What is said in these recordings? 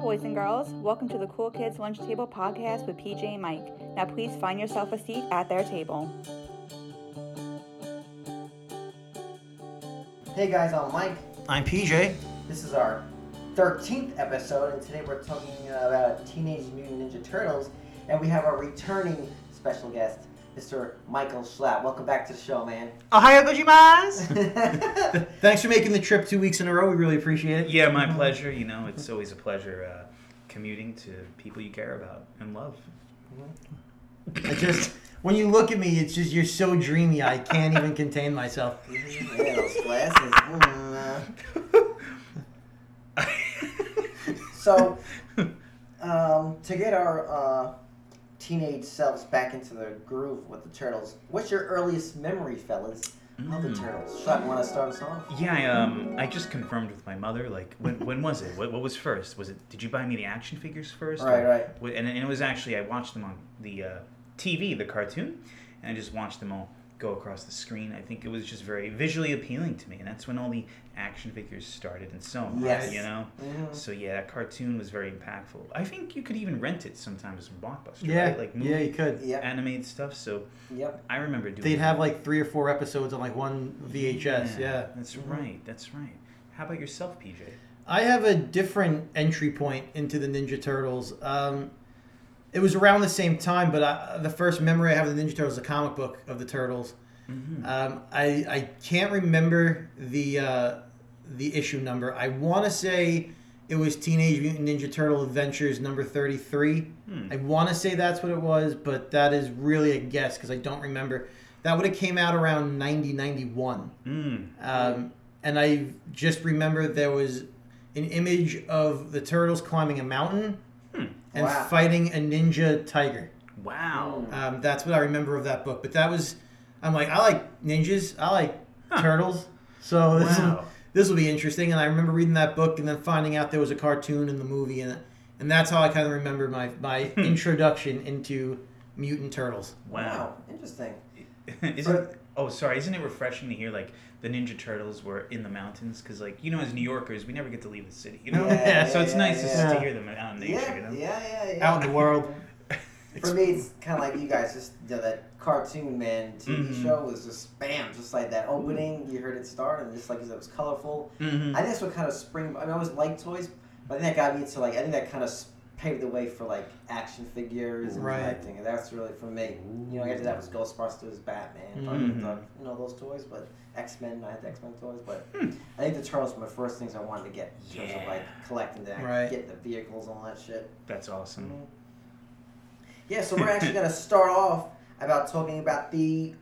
boys and girls. Welcome to the Cool Kids Lunch Table podcast with PJ and Mike. Now, please find yourself a seat at their table. Hey guys, I'm Mike. I'm PJ. This is our 13th episode, and today we're talking about Teenage Mutant Ninja Turtles, and we have our returning special guest, Mr. Michael Schlatt. Welcome back to the show, man. Ohio Gojimas! That's Thanks for making the trip two weeks in a row. We really appreciate it. yeah, my pleasure. You know, it's always a pleasure uh, commuting to people you care about and love. I just when you look at me, it's just you're so dreamy. I can't even contain myself. those glasses. Mm. So, um, to get our uh, teenage selves back into the groove with the Turtles, what's your earliest memory, fellas, of Hmm. the Mm. Turtles? Schlatt, want to start us off? yeah, I, um, I just confirmed with my mother. Like, when, when was it? What, what was first? Was it? Did you buy me the action figures first? Right, right. Wh- And, and it was actually I watched them on the uh, TV, the cartoon, and I just watched them all go across the screen. I think it was just very visually appealing to me, and that's when all the action figures started and so on. Yes. You know. Mhm. So yeah, that cartoon was very impactful. I think you could even rent it sometimes from Blockbuster, Yeah, right? Like movie yeah, you could. Yep. animated stuff. So Yep. I remember doing. They'd that. have like three or four episodes on like one VHS. Yeah, Mm-hmm. that's right. That's right. How about yourself, PJ? I have a different entry point into the Ninja Turtles. Um, it was around the same time, but I, the first memory I have of the Ninja Turtles is a comic book of the Turtles. Mm-hmm. Um, I I can't remember the uh, the issue number. I want to say it was Teenage Mutant Ninja Turtle Adventures number thirty three. Hmm, I want to say that's what it was, but that is really a guess because I don't remember. That would have came out around 90, 91. Mm. Um, and I just remember there was an image of the turtles climbing a mountain and Wow. fighting a ninja tiger. Wow. Mm. Um, that's what I remember of that book. But that was, I'm like, I like ninjas. I like Huh. turtles. So Oh, this Wow. will, this will be interesting. And I remember reading that book and then finding out there was a cartoon in the movie, and and that's how I kind of remember my my introduction into mutant turtles. Wow. Interesting. isn't oh sorry, isn't it refreshing to hear like the Ninja Turtles were in the mountains? Because like you know, as New Yorkers, we never get to leave the city, you know. Yeah, so yeah, it's yeah, nice yeah. just to Yeah. hear them out in nature. Yeah, You yeah, know? yeah, yeah. Out in the world, For me, it's kind of like you guys, just you know, that cartoon man TV Mm-hmm. Mhm. show was just spam, just like Mm. that opening. You heard it start, and just like you said, it was colorful. Mhm. I think that's what kind of spring. I mean, I always liked toys, but I think that got me into like I think that kind of paved the way for like action figures and Right. collecting, and that's really for me. You know, after that was Ghostbusters, Batman, Mm-hmm. Mhm. Thunderdog, you know those toys, but X Men. I had the X Men toys, but I think the Turtles were the first things I wanted to get in terms of Yeah. like collecting that, Right. Mm. get the vehicles and all that shit. That's awesome. Yeah, so we're actually going to start off about talking about the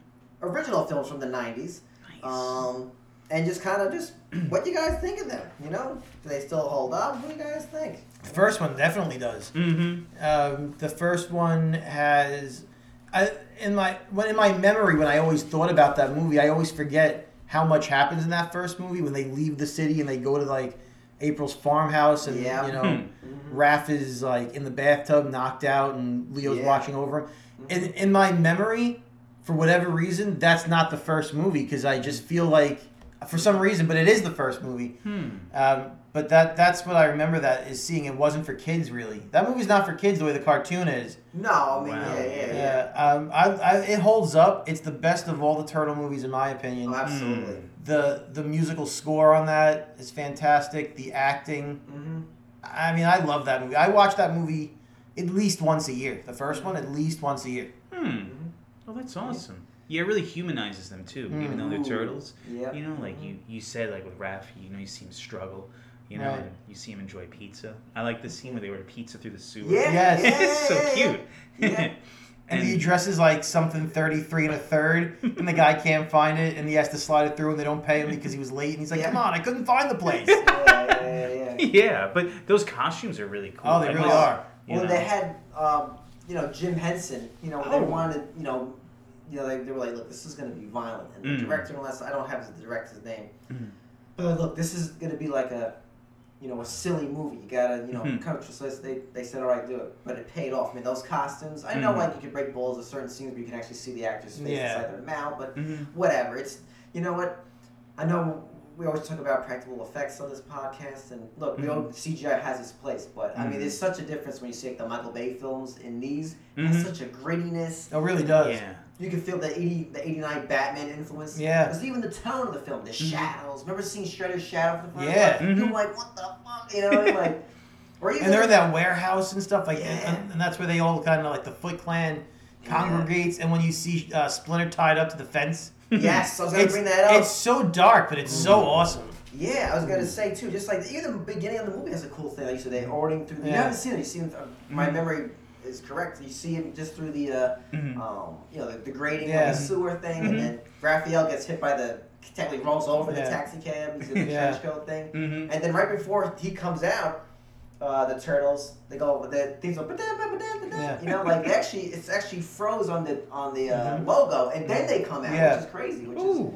original films from the 90s. Nice. Um, and just kind of just what you guys think of them, you know? Do they still hold up? What do you guys think? the first one definitely does. mm-hmm. Um, the first one has, I, in my when in my memory when I always thought about that movie, I always forget how much happens in that first movie when they leave the city and they go to like April's farmhouse and Yeah. you know Mm-hmm. Raph is like in the bathtub knocked out and Leo's Yeah. watching over him. In in my memory, for whatever reason, that's not the first movie because I just feel like for some reason, but it is the first movie. Hmm. Um, but that that's what I remember that is seeing. It wasn't for kids really. That movie's not for kids the way the cartoon is. No, I mean, Wow. Oh, yeah, yeah, yeah. Yeah. Um, I, I, it holds up. It's the best of all the turtle movies in my opinion. Oh, absolutely. the the musical score on that is fantastic. The acting. Mm. Mm-hmm. I mean, I love that movie. I watch that movie at least once a year. The first one at least once a year. Mm-hmm. Hmm. Well, that's awesome. Yeah, it really humanizes them too, even though they're Ooh. turtles. Yep. You know, like you, Mm-hmm. you said, like with Raph, you know, you see him struggle. You know, Right. and you see him enjoy pizza. I like the scene where they order pizza through the sewer. Yeah, Yes. yeah, it's so yeah, yeah. cute. Yeah. And, and he dresses like something 33 and a third, and the guy can't find it, and he has to slide it through, and they don't pay him because he was late, and he's like, Yeah. come on, I couldn't find the place. yeah, yeah, yeah, yeah. yeah, but those costumes are really cool. Oh, they Like, really this- are. you Well, know. they had, um, you know, Jim Henson. You know, they Oh. wanted, you know, you know, they, they were like, look, this is going to be violent, and the Mm. director, unless I don't have the director's name, Mm. but they're like, look, this is going to be like a, you know, a silly movie. You gotta, you know, Mhm. come to so they they said, all right, do it, but it paid off. I mean, those costumes. I know, Mm. like, you could break balls at certain scenes, where you can actually see the actor's face Yeah. Mm-hmm, inside their mouth, but Mhm. whatever. It's you know what I know. we always talk about practical effects on this podcast, and look, we Mm-hmm. all, CGI has its place, but I mean, Mhm. there's such a difference when you see like, the Michael Bay films in these. It Mhm. Mm-hmm. has such a grittiness. It really does. Yeah. You can feel the eighty, the '89 Batman influence. Yeah. Mm-hmm. Because even the tone of the film, the shadows. Remember seeing Shredder's shadow for the first Yeah. Mm-hmm. time? You're Mhm. like, what the fuck? You know, what I mean? like, or even And they're in that warehouse and stuff like, Yeah. and, and that's where they all kind of like the Foot Clan Yeah. congregates. And when you see uh, Splinter tied up to the fence, Yes, I was gonna it's, bring that up. it's so dark, but it's Mm. so awesome. Yeah, I was Mm. gonna say too. Just like even the beginning of the movie has a cool thing. Like you said, they ordering through. The, You Yeah. Mm. haven't seen it. You see, him, uh, my memory is correct. You see him just through the, uh, Mhm. um, you know, the, the grading Mm. Yeah. on Mm-hmm. the sewer thing, Mhm. and then Raphael gets hit by the. Technically rolls over the Yeah. taxi cab. He's in the Yeah. trench coat thing, Mhm. and then right before he comes out, uh, the turtles they go the things go ba-da, ba-da, ba-da, Yeah. you know like they actually it's actually froze on the on the uh, Mhm. logo, and then they come out, Yeah. which is crazy, which is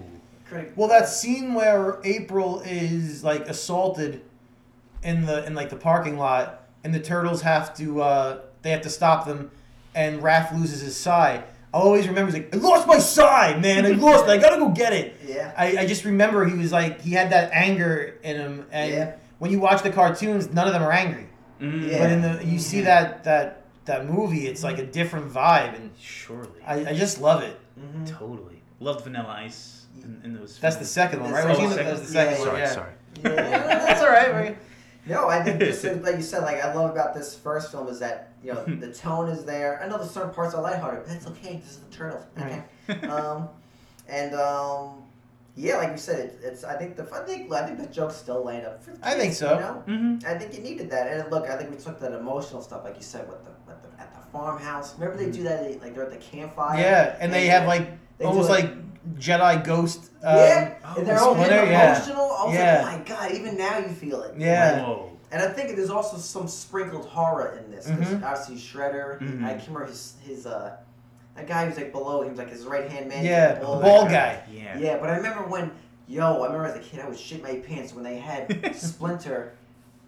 critical. Well, that scene where April is like assaulted in the in like the parking lot, and the turtles have to uh, they have to stop them, and Raph loses his side. I always remember he's like, I lost my side, man. I lost. it. I gotta go get it. yeah. I, I just remember he was like he had that anger in him, and Yeah. when you watch the cartoons, none of them are angry. Mhm. Yeah. But in the you see that that that movie, it's like a different vibe, and Surely. I, I just love it. Mhm. totally. Loved Vanilla Ice in, in those. That's the films. Oh, second one, right? That's the Regina? second- That was the second one. Sorry, yeah. sorry. Yeah. That's all right. Marie. No, I think just as- like you said, like I love about this first film is that you know the tone is there. I know the certain parts are lighthearted, but that's okay. This is the turtles. Okay. Uh, um, and um, yeah, like you said, it, it's I think the I think I think the jokes still land up. For the I think kids, so. You know? hmm I think you needed that. And look, I think we took that emotional stuff, like you said, with the, with the at the farmhouse. Remember they do that? They, like they're at the campfire. Mm-hmm. Yeah, and they have like They do almost it. like Jedi ghost. Um, yeah, oh, and they're all Splinter, getting yeah. emotional. I was Yeah. like, oh my god, even now you feel it. Yeah. Whoa. And I think there's also some sprinkled horror in this. 'cause Mhm. Obviously, Shredder. Mm-hmm. Mhm. I can remember his his uh, that guy who's like below. He was like his right hand man. Yeah, the the bald bald guy. guy. Yeah. Yeah, but I remember when yo, I remember as a kid, I would shit my pants when they had Splinter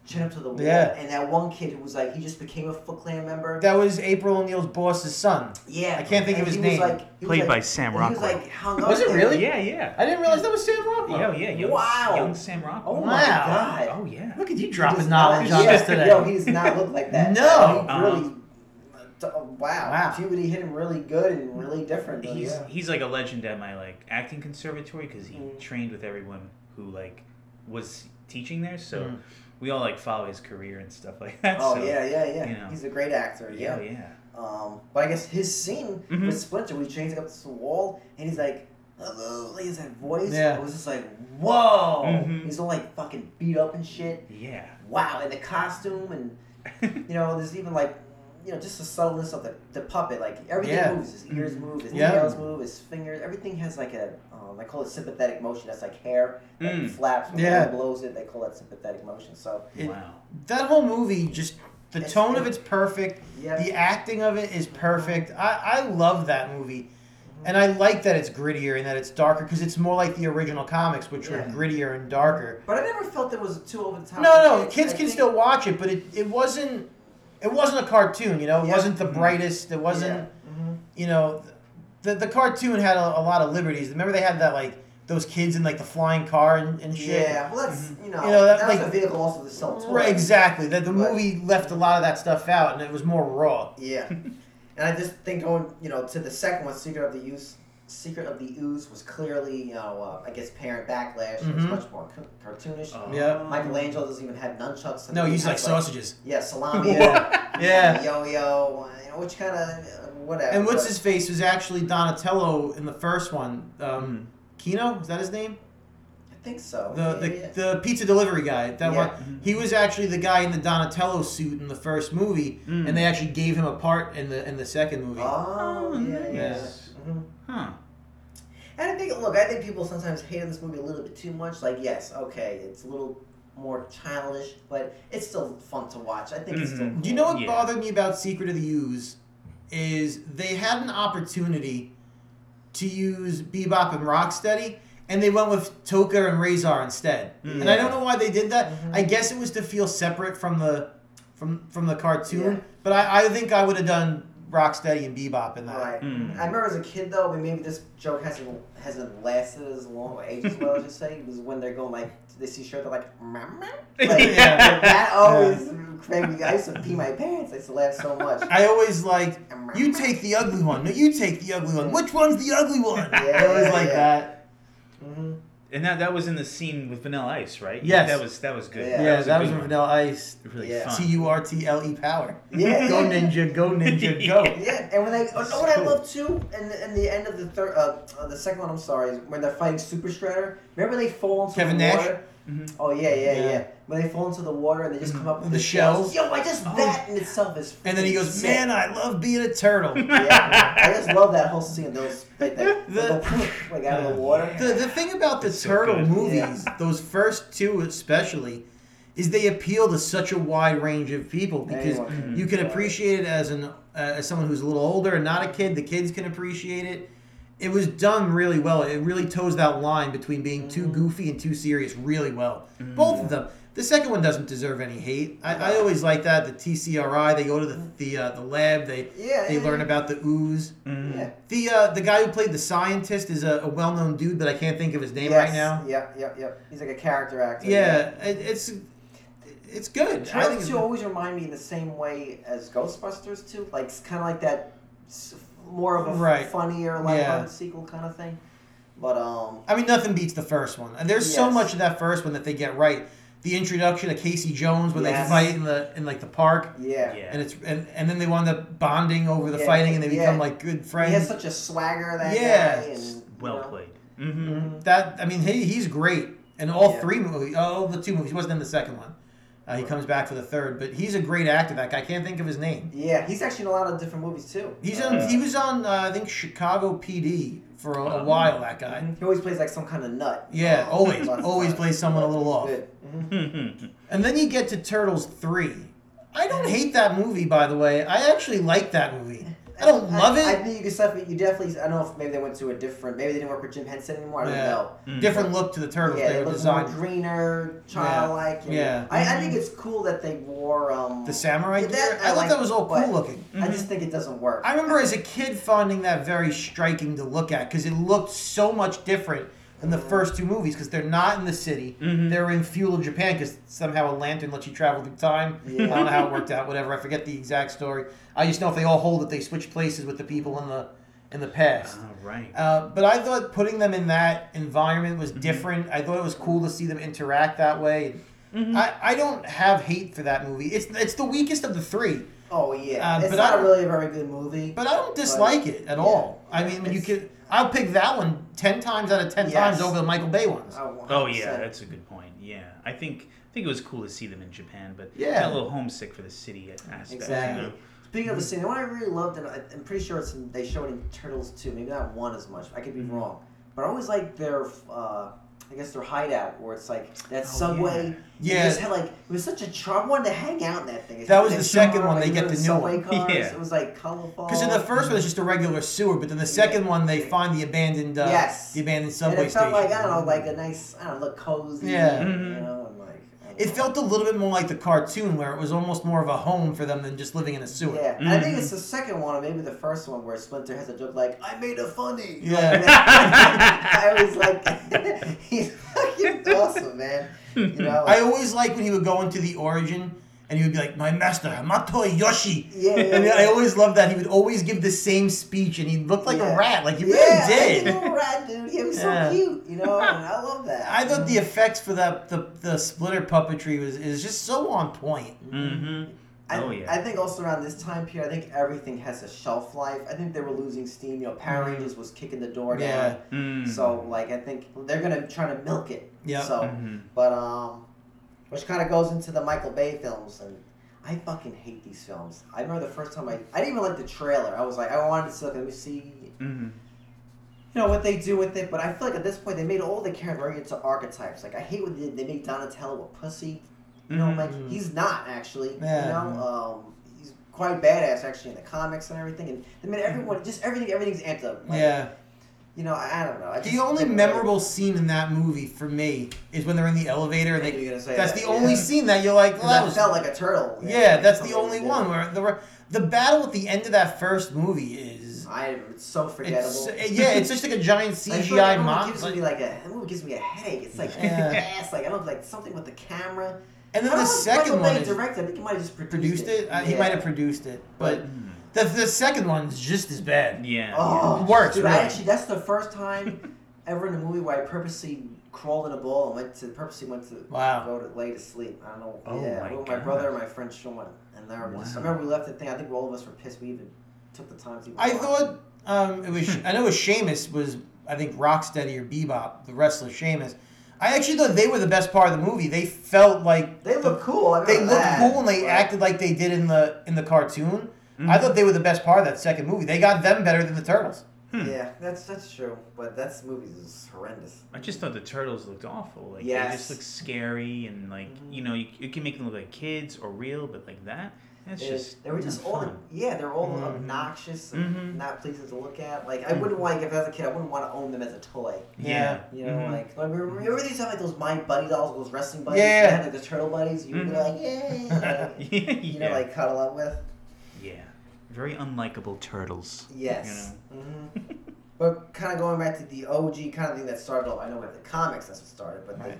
chin up to the wall, Yeah. and that one kid who was like he just became a Foot Clan member. That was April O'Neil's boss's son. yeah, I can't think and of his he name. Was, like, he Played was, by like, Sam and He Rockwell. was like hung up Was it there. really? Oh, Yeah, yeah. I didn't realize that was Sam Rockwell. Yeah, yeah. Young, Wow. Young Sam Rockwell. Oh my Wow. god. Oh, yeah. Look at you He dropping does not- knowledge on yeah, us today. Yo, he does not look like that. No. He really. Uh-huh. t- oh, wow. Wow. Puberty hit him really good and really different. though, He's yeah. he's like a legend at my like acting conservatory because he Mm. trained with everyone who like was teaching there. So Mm. we all like follow his career and stuff like that. Oh so, yeah, yeah, yeah. you know. He's a great actor. Yeah, Yeah. yeah. Um, but I guess his scene Mhm. with Splinter, we changed up to the wall, and he's like, "Hello," like his that voice. Yeah. I was just like, "Whoa!" Mhm. He's all like fucking beat up and shit. Yeah. Wow, and the costume, and you know, there's even like, you know, just the subtleness of the, the puppet. Like everything Yeah. moves. His ears move. His Yeah. nails move. His fingers. Everything has like a, um, I call it sympathetic motion. That's like hair that Mm. flaps when Yeah. yeah. blows it. They call that sympathetic motion. So It- wow. that whole movie just the It's- tone of it's perfect. yeah, The acting of it is perfect. I, I love that movie. And I like that it's grittier and that it's darker because it's more like the original comics, which were Yeah. grittier and darker. but I never felt it was too over the top. No, for no, kids I can think- still watch it, but it, it wasn't it wasn't a cartoon, you know. It Yeah. Mm-hmm. wasn't the brightest. It wasn't Yeah. Mhm. you know, the the cartoon had a, a lot of liberties. Remember they had that like those kids in like the flying car and, and shit. Yeah, well, that's you know, You know, that, that, was like- a vehicle also to sell toys. Right, exactly. That the Right. movie left a lot of that stuff out, and it was more raw. Yeah, and I just think going you know to the second one, Secret of the Ooze. Secret of the Ooze was clearly you know uh, I guess parent backlash. It was Mhm. much more c- cartoonish. Oh. Yeah. Michelangelo doesn't even have nunchucks. No, he he's like has, sausages. Yeah, salami. Yeah. Yeah. Yo yo, you know, which kind of whatever. And what's but- his face was actually Donatello in the first one. Mm. Um, Kino is that his name? I think so. The yeah, the, yeah. the pizza delivery guy. That Yeah. Mm-hmm. one. He was actually the guy in the Donatello suit in the first movie, Mm. and they actually gave him a part in the in the second movie. Hmm. Oh, yeah, yeah. nice. yeah. Mhm. Huh. And I think, look, I think people sometimes hate on this movie a little bit too much. Like, yes, okay, it's a little more childish, but it's still fun to watch. I think it's still. Mhm. Do you know what Yeah. bothered me about Secret of the Ooze is they had an opportunity to use Bebop and Rocksteady, and they went with Toka and Razor instead. And I don't know why they did that. I guess it was to feel separate from the from from the cartoon. Yeah. But I, I think I would have done Rocksteady and Bebop in that. Right. Mm. I remember as a kid though, but maybe this joke hasn't hasn't lasted as long or ages well as you say. Was when they're going like they see shirt, they're like, "Mama." Like, Yeah. that oh. always made me. I used to pee my pants. I used to laugh so much. I always like you take the ugly one. No, you take the ugly one. Which one's the ugly one? I always like yeah. that. hmm And that that was in the scene with Vanilla Ice, right? Yes. That was that was good. Yeah, Yeah, a that was good from one. Vanilla Ice. Really Yeah. fun. T U R T L E power. Yeah. Go ninja, go ninja, go. Yeah. Yeah, and when they, oh, know what I Cool. love too, and the, and the end of the third, uh, uh, the second one, I'm sorry, is when they're fighting Super Shredder. Remember they fall into Kevin the Nash? water. Mhm. Oh yeah, yeah, Yeah. yeah, When they fall into the water and they just Mm-hmm. come up with The the, shells? Yo, I just Oh. that in itself is. And then he freaking goes, sick. Man, I love being a turtle. yeah, I just love that whole scene. Those like that, The- the- like out of the water. The, the thing about the It's so turtle good. movies, those first two especially, is they appeal to such a wide range of people because Anyone can you can enjoy it. appreciate it as an uh, as someone who's a little older and not a kid. The kids can appreciate it. It was done really well. It really toes that line between being Mm-hmm. too goofy and too serious really well. Mm. Both of them. The second one doesn't deserve any hate. I, I always like that. The TCRI, they go to Mm-hmm. the the, uh, the lab. They Yeah, they yeah, learn yeah. about the ooze. Mm. Yeah. The uh, the guy who played the scientist is a, a well known dude, but I can't think of his name Yes, right now. Yep, yep, yep. He's like a character actor. Yeah, it, it's it's good. I think Turtles it's- two always remind me in the same way as Ghostbusters too. Like it's kind of like that, s- more of a f- Right. funnier, lighthearted Yeah. sequel kind of thing. But um, I mean, nothing beats the first one. And there's so Yes. much of that first one that they get right. The introduction of Casey Jones when Yes. they fight in the in like the park, yeah, Yeah. and it's and, and then they wind up bonding over the Yeah, fighting, and they yeah. become like good he has friends. such a swagger that Yeah. Mm-hmm. guy. And, Well you know. played. hmm Mm-hmm. that I mean, he, he's great in all Yeah. three movies, all the two movies. He wasn't in the second one. Uh, he comes back for the third, but he's a great actor. That guy I can't think of his name. Yeah, he's actually in a lot of different movies too. He's Uh, Uh-huh. on. He was on. Uh, I think Chicago PD for a, a while. That guy. He always plays like some kind of nut. Uh, Yeah, always, Lots of always fun. plays someone a little off. Good. Mhm. Mm-hmm. And then you get to Turtles three. I don't hate that movie, by the way. I actually like that movie. I don't love Mm-hmm. I it. think you could stuff it. You definitely. I don't know if maybe they went to a different. Maybe they didn't work with Jim Henson anymore. I don't Yeah. know. Mm. Different look to the Turtles. Yeah, they it were looks more designed. greener, childlike. and- Yeah. I, I think it's cool that they wore um The samurai yeah, gear? I thought that was all but cool looking. I just think it doesn't work. I remember as a kid finding that very striking to look at because it looked so much different than Uh-huh. the first two movies because they're not in the city. Mm. They're in feudal Japan because somehow a lantern lets you travel through time. I don't know how it worked out. Whatever. I forget the exact story. I just know if they all hold that they switch places with the people in the in the past. All Ah, right. Uh-huh. Uh, but I thought putting them in that environment Mm-hmm. was different. I thought it was cool to see them interact that way. Mm-hmm. I, I don't have hate for that movie. It's it's the weakest of the three. oh yeah, Uh, it's but not I- really a very good movie. But I don't dislike it at yeah, all. I mean, when you it's- could, I'll pick that one ten times out of ten Yes. times over the Michael Bay ones. I want Oh to yeah, say- that's a good point. Yeah, I think I think it was cool to see them in Japan, but Yeah. got a little homesick for the city aspect. you Exactly. know? Speaking Mm-hmm. of the scene, the one I really loved, and I, I'm pretty sure it's in, they show it in Turtles too. Maybe not one as much. I could be Mm-hmm. wrong, but I always like their, uh, I guess their hideout where it's like that subway. Oh, yeah. you Yeah. just had like it was such a charm. I wanted to hang out in that thing. That was They the show second her, one, like, they get little the new one. subway Cars. Yeah. It was like colorful. Because in the first one, it's just a regular sewer, but then the second one, they find the abandoned, uh, Yes. the abandoned and subway it felt station. like I don't know, like a nice, I don't know, look cozy. Yeah. you Mm-hmm. know, and like. I don't it know. felt a little bit more like the cartoon, where it was almost more of a home for them than just living in a sewer. Yeah, and I think Mm-hmm. it's the second one, or maybe the first one, where Splinter has a joke like, "I made a funny." Yeah. I was like, he's fucking awesome, man. You know, I always like when he would go into the origin and he would be like, "My master, Hamato Yoshi." Yeah, yeah, and yeah. I always loved that he would always give the same speech, and he looked like Yeah. a rat, like he yeah, really I did. think rat dude. He was Yeah. so cute, you know, and I love that. I thought the effects for that the, the splitter puppetry was is just so on point. Mm-hmm. I, oh yeah. I think also around this time period, I think everything has a shelf life. I think they were losing steam. You know, Power Rangers was kicking the door Mm-hmm. Yeah. down. Mm. So like, I think they're gonna try to milk it. Mm-hmm. Yeah. Mm-hmm. So, Mhm. but um, which kind of goes into the Michael Bay films, and I fucking hate these films. I remember the first time I, I didn't even like the trailer. I was like, I wanted to see, like, let me see Mhm. you know what they do with it, but I feel like at this point they made all the characters very into archetypes. Like I hate when they, they make Donatello a pussy. You know, like Mhm. he's not actually. Yeah. Mm-hmm. You know, um, he's quite badass actually in the comics and everything. And they made everyone just everything everything's amped up. Like, yeah, you know, I, I don't know. I just The only didn't memorable scene in that movie for me is when they're in the elevator and I knew they. you were gonna say That's that, the only yeah. scene that you're like, well, that that was felt like a turtle. Yeah, that's the Something only like one that. where the the battle at the end of that first movie is I am it's so forgettable. it's, uh, eh, yeah, it's just like a giant Like, CGI it's like, that movie mob. gives like- me like a that movie gives me a headache. It's like Yeah. ass. Like I don't like something with the camera. and I don't then the know if Michael second one Bay is directed. I think he might have just produced, produced it. Uh, He Yeah. might have produced it, but But- the the second one's just as bad. Mm. Yeah. Oh, It works, Dude, I really. actually that's the first time ever in a movie where I purposely crawled in a ball and went to purposely went to Wow. go to lay to sleep. I don't know. Oh yeah, my with my God. brother and my friend Sean, and there was. I Wow. remember we left the thing. I think all of us were pissed. We even took the time to. even I watch thought um, it was. I know it was Sheamus was. I think Rocksteady or Bebop, the wrestler Sheamus. I actually thought they were the best part of the movie. They felt like They look cool. I they remember looked that, cool and they but- acted like they did in the in the cartoon. I Mm-hmm. Mhm. thought they were the best part of that second movie. They got them better than the turtles. Hmm. Yeah, that's that's true. But that's movie is horrendous. I just thought the turtles looked awful. Like they Yes. just look scary and like you know you, you can make them look like kids or real, but like that, that's They- just they were just not all fun. Mm-hmm. yeah, they're all Mhm. obnoxious and Mhm. not pleasing to look at. Like I Mm. wouldn't want like if I was a kid, I wouldn't want to own them as a toy. Yeah. You know, Mhm. like like remember- remember these had like those My Buddy dolls, those wrestling buddies, Yeah. you had, like the turtle buddies. You would be Mhm. like, yeah, like, yeah. you know, like cuddle up with. yeah. Very unlikable turtles. Yes. hmm But kind of going back to the OG kind of thing that started off. I know with the comics that's what started, but Right. Mm.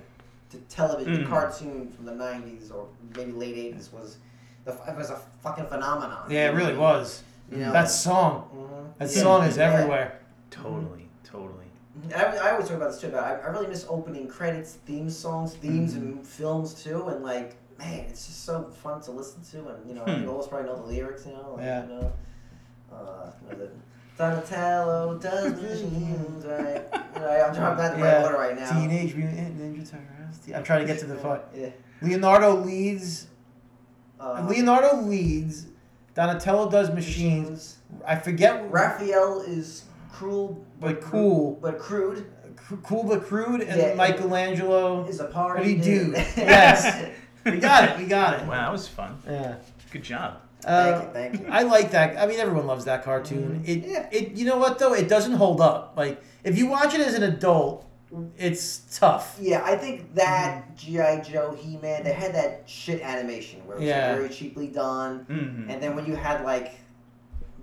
the, the television, the Mhm. cartoon from the '90s or maybe late '80s was the it was a fucking phenomenon. Yeah, it really was. You know, That song. Mhm. That Yeah. song is Yeah. everywhere. Totally, totally. And I, I always talk about this too. About I, I really miss opening credits, theme songs, themes, Mm-hmm. and films too. And like, man, it's just so fun to listen to. And you know, I think Hmm. all of us probably know the lyrics. You know, like, Yeah. You know, uh, what is it? Donatello does machines right. You know, I'm trying that in my Yeah. order right now. Teenage Mutant Ninja Turtles. I'm trying to get to the part. Yeah. Leonardo leads. Uh, Leonardo leads. Donatello does machines. I forget. Raphael is cruel But cool. but crude. C- Cool but crude. And Yeah. Michelangelo. Is a party. What do you do? dude. Yes. We got it. We got it. Wow, that was fun. Yeah. Good job. Uh, thank you. Thank you. I like that. I mean, everyone loves that cartoon. It, Mm-hmm. Yeah. it, you know what though? It doesn't hold up. Like if you watch it as an adult, it's tough. Yeah, I think Mm-hmm. that GI Joe, He Man, they had that shit animation where it was Yeah. very cheaply done, Mm-hmm. and then when you had like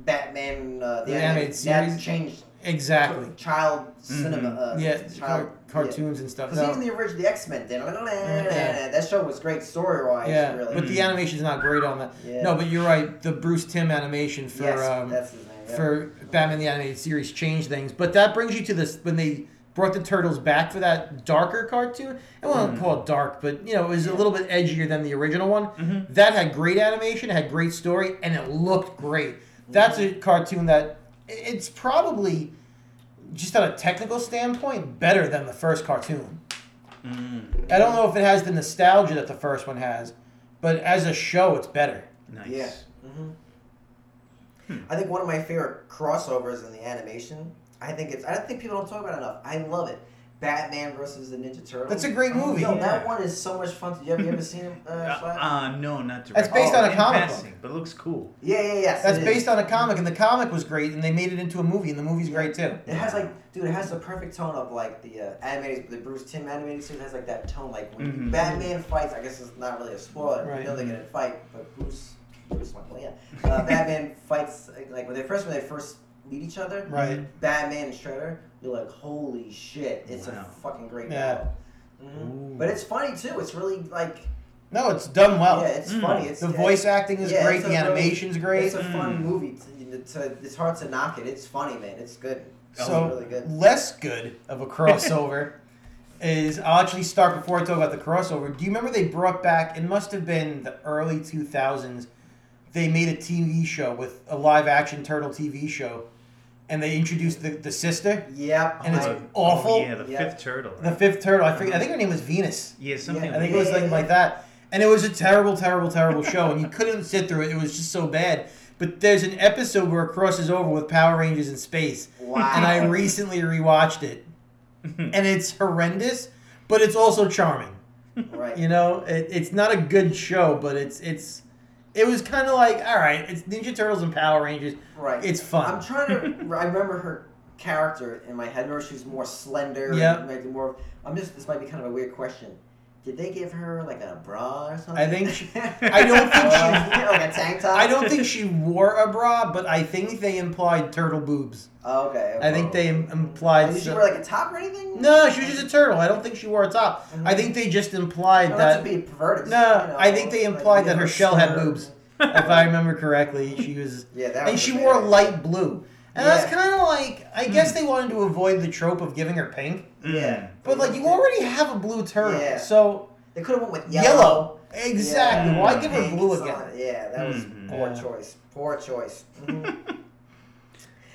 Batman, uh, the The animated animated that series? changed Exactly. Mm-hmm. child cinema. Uh, Yeah, child car- cartoons and stuff. Because No. even the original the X Men, that show was great story wise. yeah, really. but the animation's not great on that. Yeah. No, but you're right. The Bruce Tim animation for yes, um, that's his name. yeah. for Batman the Animated Series changed things. But that brings you to this when they brought the turtles back for that darker cartoon. I Mm. won't call it dark, but you know it was a little bit edgier than the original one. Mm-hmm. That had great animation, it had great story, and it looked great. That's a cartoon that i- it's probably just on a technical standpoint better than the first cartoon. Mm. I don't know if it has the nostalgia that the first one has, but as a show, it's better. Nice. Yeah. hmm Mm-hmm. Hmm. I think one of my favorite crossovers in the animation. I think it's. I don't think people don't talk about it enough. I love it. Batman versus the Ninja Turtles. That's a great Oh, movie. Yo, that Yeah. one is so much fun. Did you ever, you ever seen it? Uh, Oh, Uh, Flash? uh, no, not directly. That's based on a In comic book. passing, But it looks cool. yeah, yeah, yeah. That's based on a comic, and the comic was great, and they made it into a movie, and the movie's great too. It has like, dude, it has the perfect tone of like the uh, animated, the Bruce Tim animated series has like that tone. Like when Mhm. Batman fights, I guess it's not really a spoiler. Mm-hmm. Right. You know they're gonna fight, but Bruce, Bruce, well, yeah. Uh, Batman fights like when they first when they first meet each other. Right. Batman and Shredder, you're like, holy shit, it's Wow. a fucking great Yeah. battle. hmm Ooh. But it's funny too. It's really like, No, it's done well. yeah, it's Mm. funny. It's the it's- voice acting is yeah, great. it's The a really- animation's great. It's a Mm. fun movie. To, to, it's hard to knock it. It's funny, man. It's good. It's Oh, so really good. less good of a crossover is I'll actually start before I talk about the crossover. Do you remember they brought back? It must have been the early two thousands. They made a TV show with a live action turtle TV show, and they introduced the, the sister Yep. And it's I- Oh, awful. yeah, the Yeah. fifth turtle. the fifth turtle. I think I think her name was Venus. yeah, something. I think it like was like like that. And it was a terrible, terrible, terrible show, and you couldn't sit through it. It was just so bad. But there's an episode where it crosses over with Power Rangers in space, wow. and I recently rewatched it, and it's horrendous, but it's also charming. right. You know, it, it's not a good show, but it's it's it was kind of like all right, it's Ninja Turtles and Power Rangers. right. It's fun. I'm trying to. I remember her character in my head. I remember she was more slender. Yeah. and maybe more. I'm just. This might be kind of a weird question. Did they give her like a bra or something? I think she- I don't think she. Or, like a tank top. I don't think she wore a bra, but I think they implied turtle boobs. Oh, okay. I think they im- implied. Did she so- wear like a top or anything? no, she was just a turtle. I don't think she wore a top. Mhm. I think they just No, implied not that. to be perverted. No, you know, I think they like, implied you that her know, shell had slur. boobs. if I remember correctly, she was. Yeah, that. And was she a wore bad- light blue. And that's Yeah. Hmm. kind of like. I guess they wanted to avoid the trope of giving her pink. Mm. Yeah, But, like, you already have a blue turtle. Yeah. So, They could have went with yellow. yellow. Exactly. Yeah. Why give her Pink blue is again? Hmm. on it. Yeah, that was Mhm. poor Yeah. choice. Poor choice. Mhm. Mm-hmm.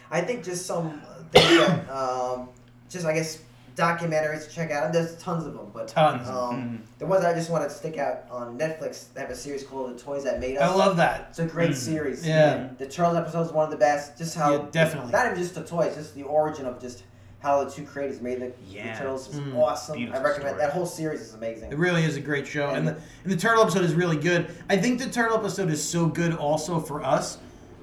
I think just some things that, um, just I guess documentaries to check out. And there's tons of them, but Tons. Mm-hmm. Um, the ones I just want to stick out on Netflix. They have a series called "The Toys That Made Us." I love that. It's a great Mhm. series. Yeah. The Turtles episode is one of the best. Just how Yeah, definitely. not even just the toys, just the origin of just how the two creators made the, Yeah. the Turtles is Mm. awesome. Beautiful I recommend story. that whole series is amazing. It really is a great show, and the, and the turtle episode is really good. I think the turtle episode is so good also for us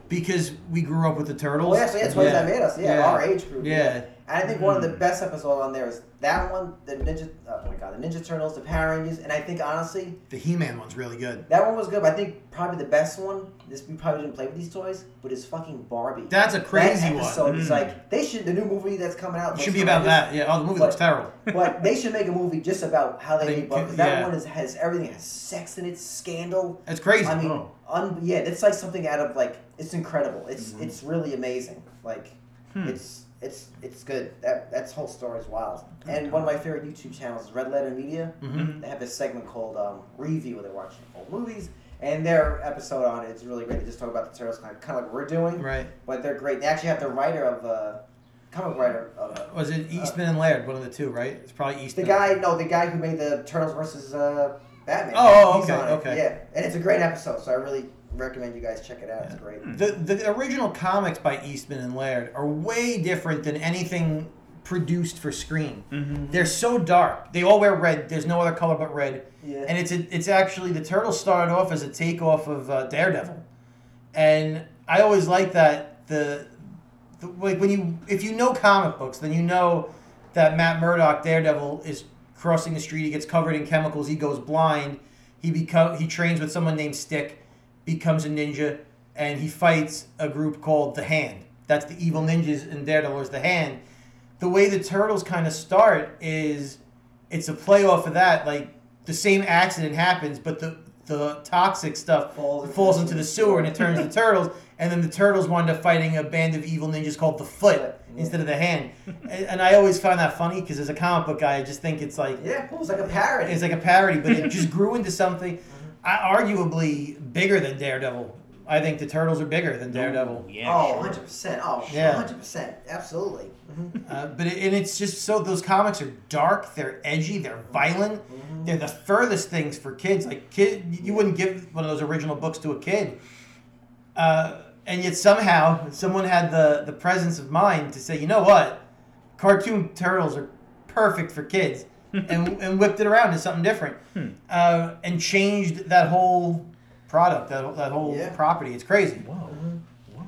because we grew up with the turtles. Well, Oh, yeah, so yeah, toys that made us. Yeah, Yeah. our age group. Yeah. Hmm. And I think one of the Mm. best episodes on there is that one, the Ninja. Oh my God, the Ninja Turtles, the Power Rangers, and I think honestly The He-Man one's really good. that one was good. But I think probably the best one. This we probably didn't play with these toys, but is fucking Barbie. That's a crazy that one. episode is Mm. like they should. The new movie that's coming out It looks should be about horrendous. that. Yeah. Oh, the movie looks terrible. but they should make a movie just about how they They made Buffy. could- That yeah. one is, has everything. Has sex in it, scandal. It's crazy. I mean, Oh. un, yeah, it's like something out of like it's incredible. It's Mm-hmm. Mhm. it's really amazing. Like Hmm. it's it's it's good. That that's whole story is wild. And one of my favorite YouTube channels is Red Letter Media. Mm-hmm. Mhm. They have this segment called um, Review where they watch old movies. And their episode on it is really great. They just talk about the turtles, kind of, kind of like we're doing, Right. but they're great. They actually have the writer of uh, comic writer of uh, Was it Eastman and Laird? One of the two, right? It's probably the Eastman. guy, no, the guy who made the Turtles versus uh, Batman. Oh, oh, He's okay, on it. okay. Yeah, and it's a great episode, so I really recommend you guys check it out. It's Mm. great. The the original comics by Eastman and Laird are way different than anything produced for screen. Mhm. They're so dark. They all wear red. There's no other color but red. Yeah. And it's a, it's actually the turtles started off as a takeoff of uh, Daredevil, and I always like that the, the like when you if you know comic books then you know that Matt Murdock Daredevil is crossing the street. He gets covered in chemicals. He goes blind. He become he trains with someone named Stick, becomes a ninja, and he fights a group called the Hand. That's the evil ninjas, and Daredevil is the Hand. The way the turtles kind of start is it's a play off of that. Like the same accident happens, but the the toxic stuff Falls into falls the into the sewer. sewer and it turns the turtles. And then the turtles wind up fighting a band of evil ninjas called the Foot Foot, yeah. instead of the Hand. And, and I always found that funny because as a comic book guy, I just think it's like yeah, cool. It's like a parody. it's like a parody, but it just grew into something I, arguably bigger than Daredevil. I think the turtles are bigger than Daredevil. Oh, yeah. oh, sure. 100%. Oh, Yeah. 100%. Absolutely. hmm Uh, but it, and it's just so those comics are dark, they're edgy, they're violent. They're the furthest things for kids. Like kid, you wouldn't give one of those original books to a kid. Uh, and yet somehow someone had the the presence of mind to say, you know what, cartoon turtles are perfect for kids, and and whipped it around to something different, Hmm. uh, and changed that whole product, that, that whole Yeah. property. It's crazy. Whoa. Oh, Whoa.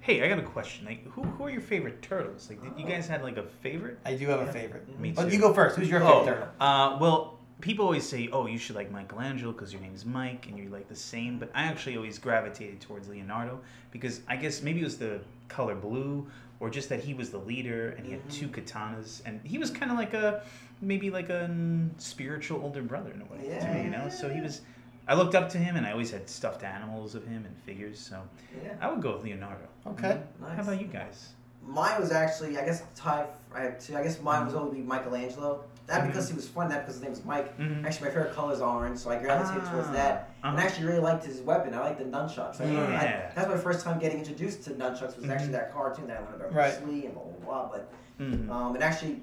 Hey, I got a question. Like, who, who are your favorite turtles? Like, did you guys had like a favorite? I do have a favorite. Me But too. you go first. Who's your favorite turtle? Oh, uh, well, people always say, oh, you should like Michelangelo because your name's Mike and you're like the same. But I actually always gravitated towards Leonardo because I guess maybe it was the color blue or just that he was the leader and he had two katanas and he was kind of like a maybe like a spiritual older brother in a way to me, you know. So he was. I looked up to him and I always had stuffed animals of him and figures. So Yeah. I would go with Leonardo. Okay. Nice. How about you guys? Mine was actually, I guess, Ty. I have two. I guess mine Mm-hmm. was always Michelangelo. That because he was fun. That because his name was Mike. Mhm. Actually, my favorite color is orange, so I gravitated towards Ah, that. And I uh-huh. actually really liked his weapon. I liked the nunchucks. I, I- Yeah. that's my first time getting introduced to nunchucks. Was actually that cartoon that I learned about Mm-hmm. Right. Mm. Bruce Lee and blah blah blah. But Mhm. um, and actually,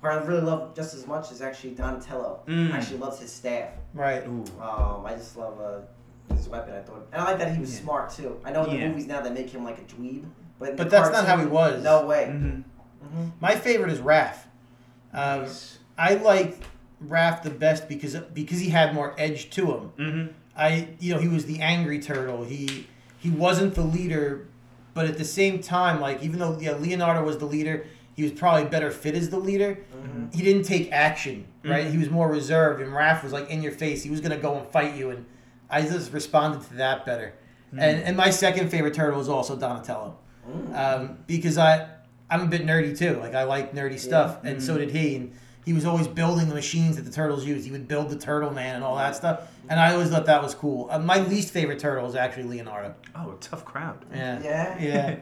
what I really love just as much is actually Donatello. Mm. I actually loves his staff. Right. Ooh. Um, I just love uh, his weapon. I thought, and I like that he was Yeah. smart too. I know in Yeah. the movies now they make him like a dweeb, but in But the that's not cartoon, how he was. Mm. No way. Mhm. Um, Mm-hmm. My favorite is Raph. Um, Nice. I liked Raph the best because because he had more edge to him. Mhm. I you know he was the angry turtle. He he wasn't the leader But at the same time, like even though yeah, Leonardo was the leader, he was probably better fit as the leader. Mhm. He didn't take action, right? Mhm. He was more reserved, and Raph was like in your face. He was gonna go and fight you, and I just responded to that better. Mm-hmm. And and my second favorite turtle is also Donatello, Mm. um, because I I'm a bit nerdy too. Like I like nerdy stuff, and so Mm-hmm. Mhm. did he. And he was always building the machines that the turtles used. He would build the turtle man and all that stuff, and I always thought that was cool. Uh, my least favorite turtle is actually Leonardo. oh, tough crowd. Yeah. Yeah. Yeah.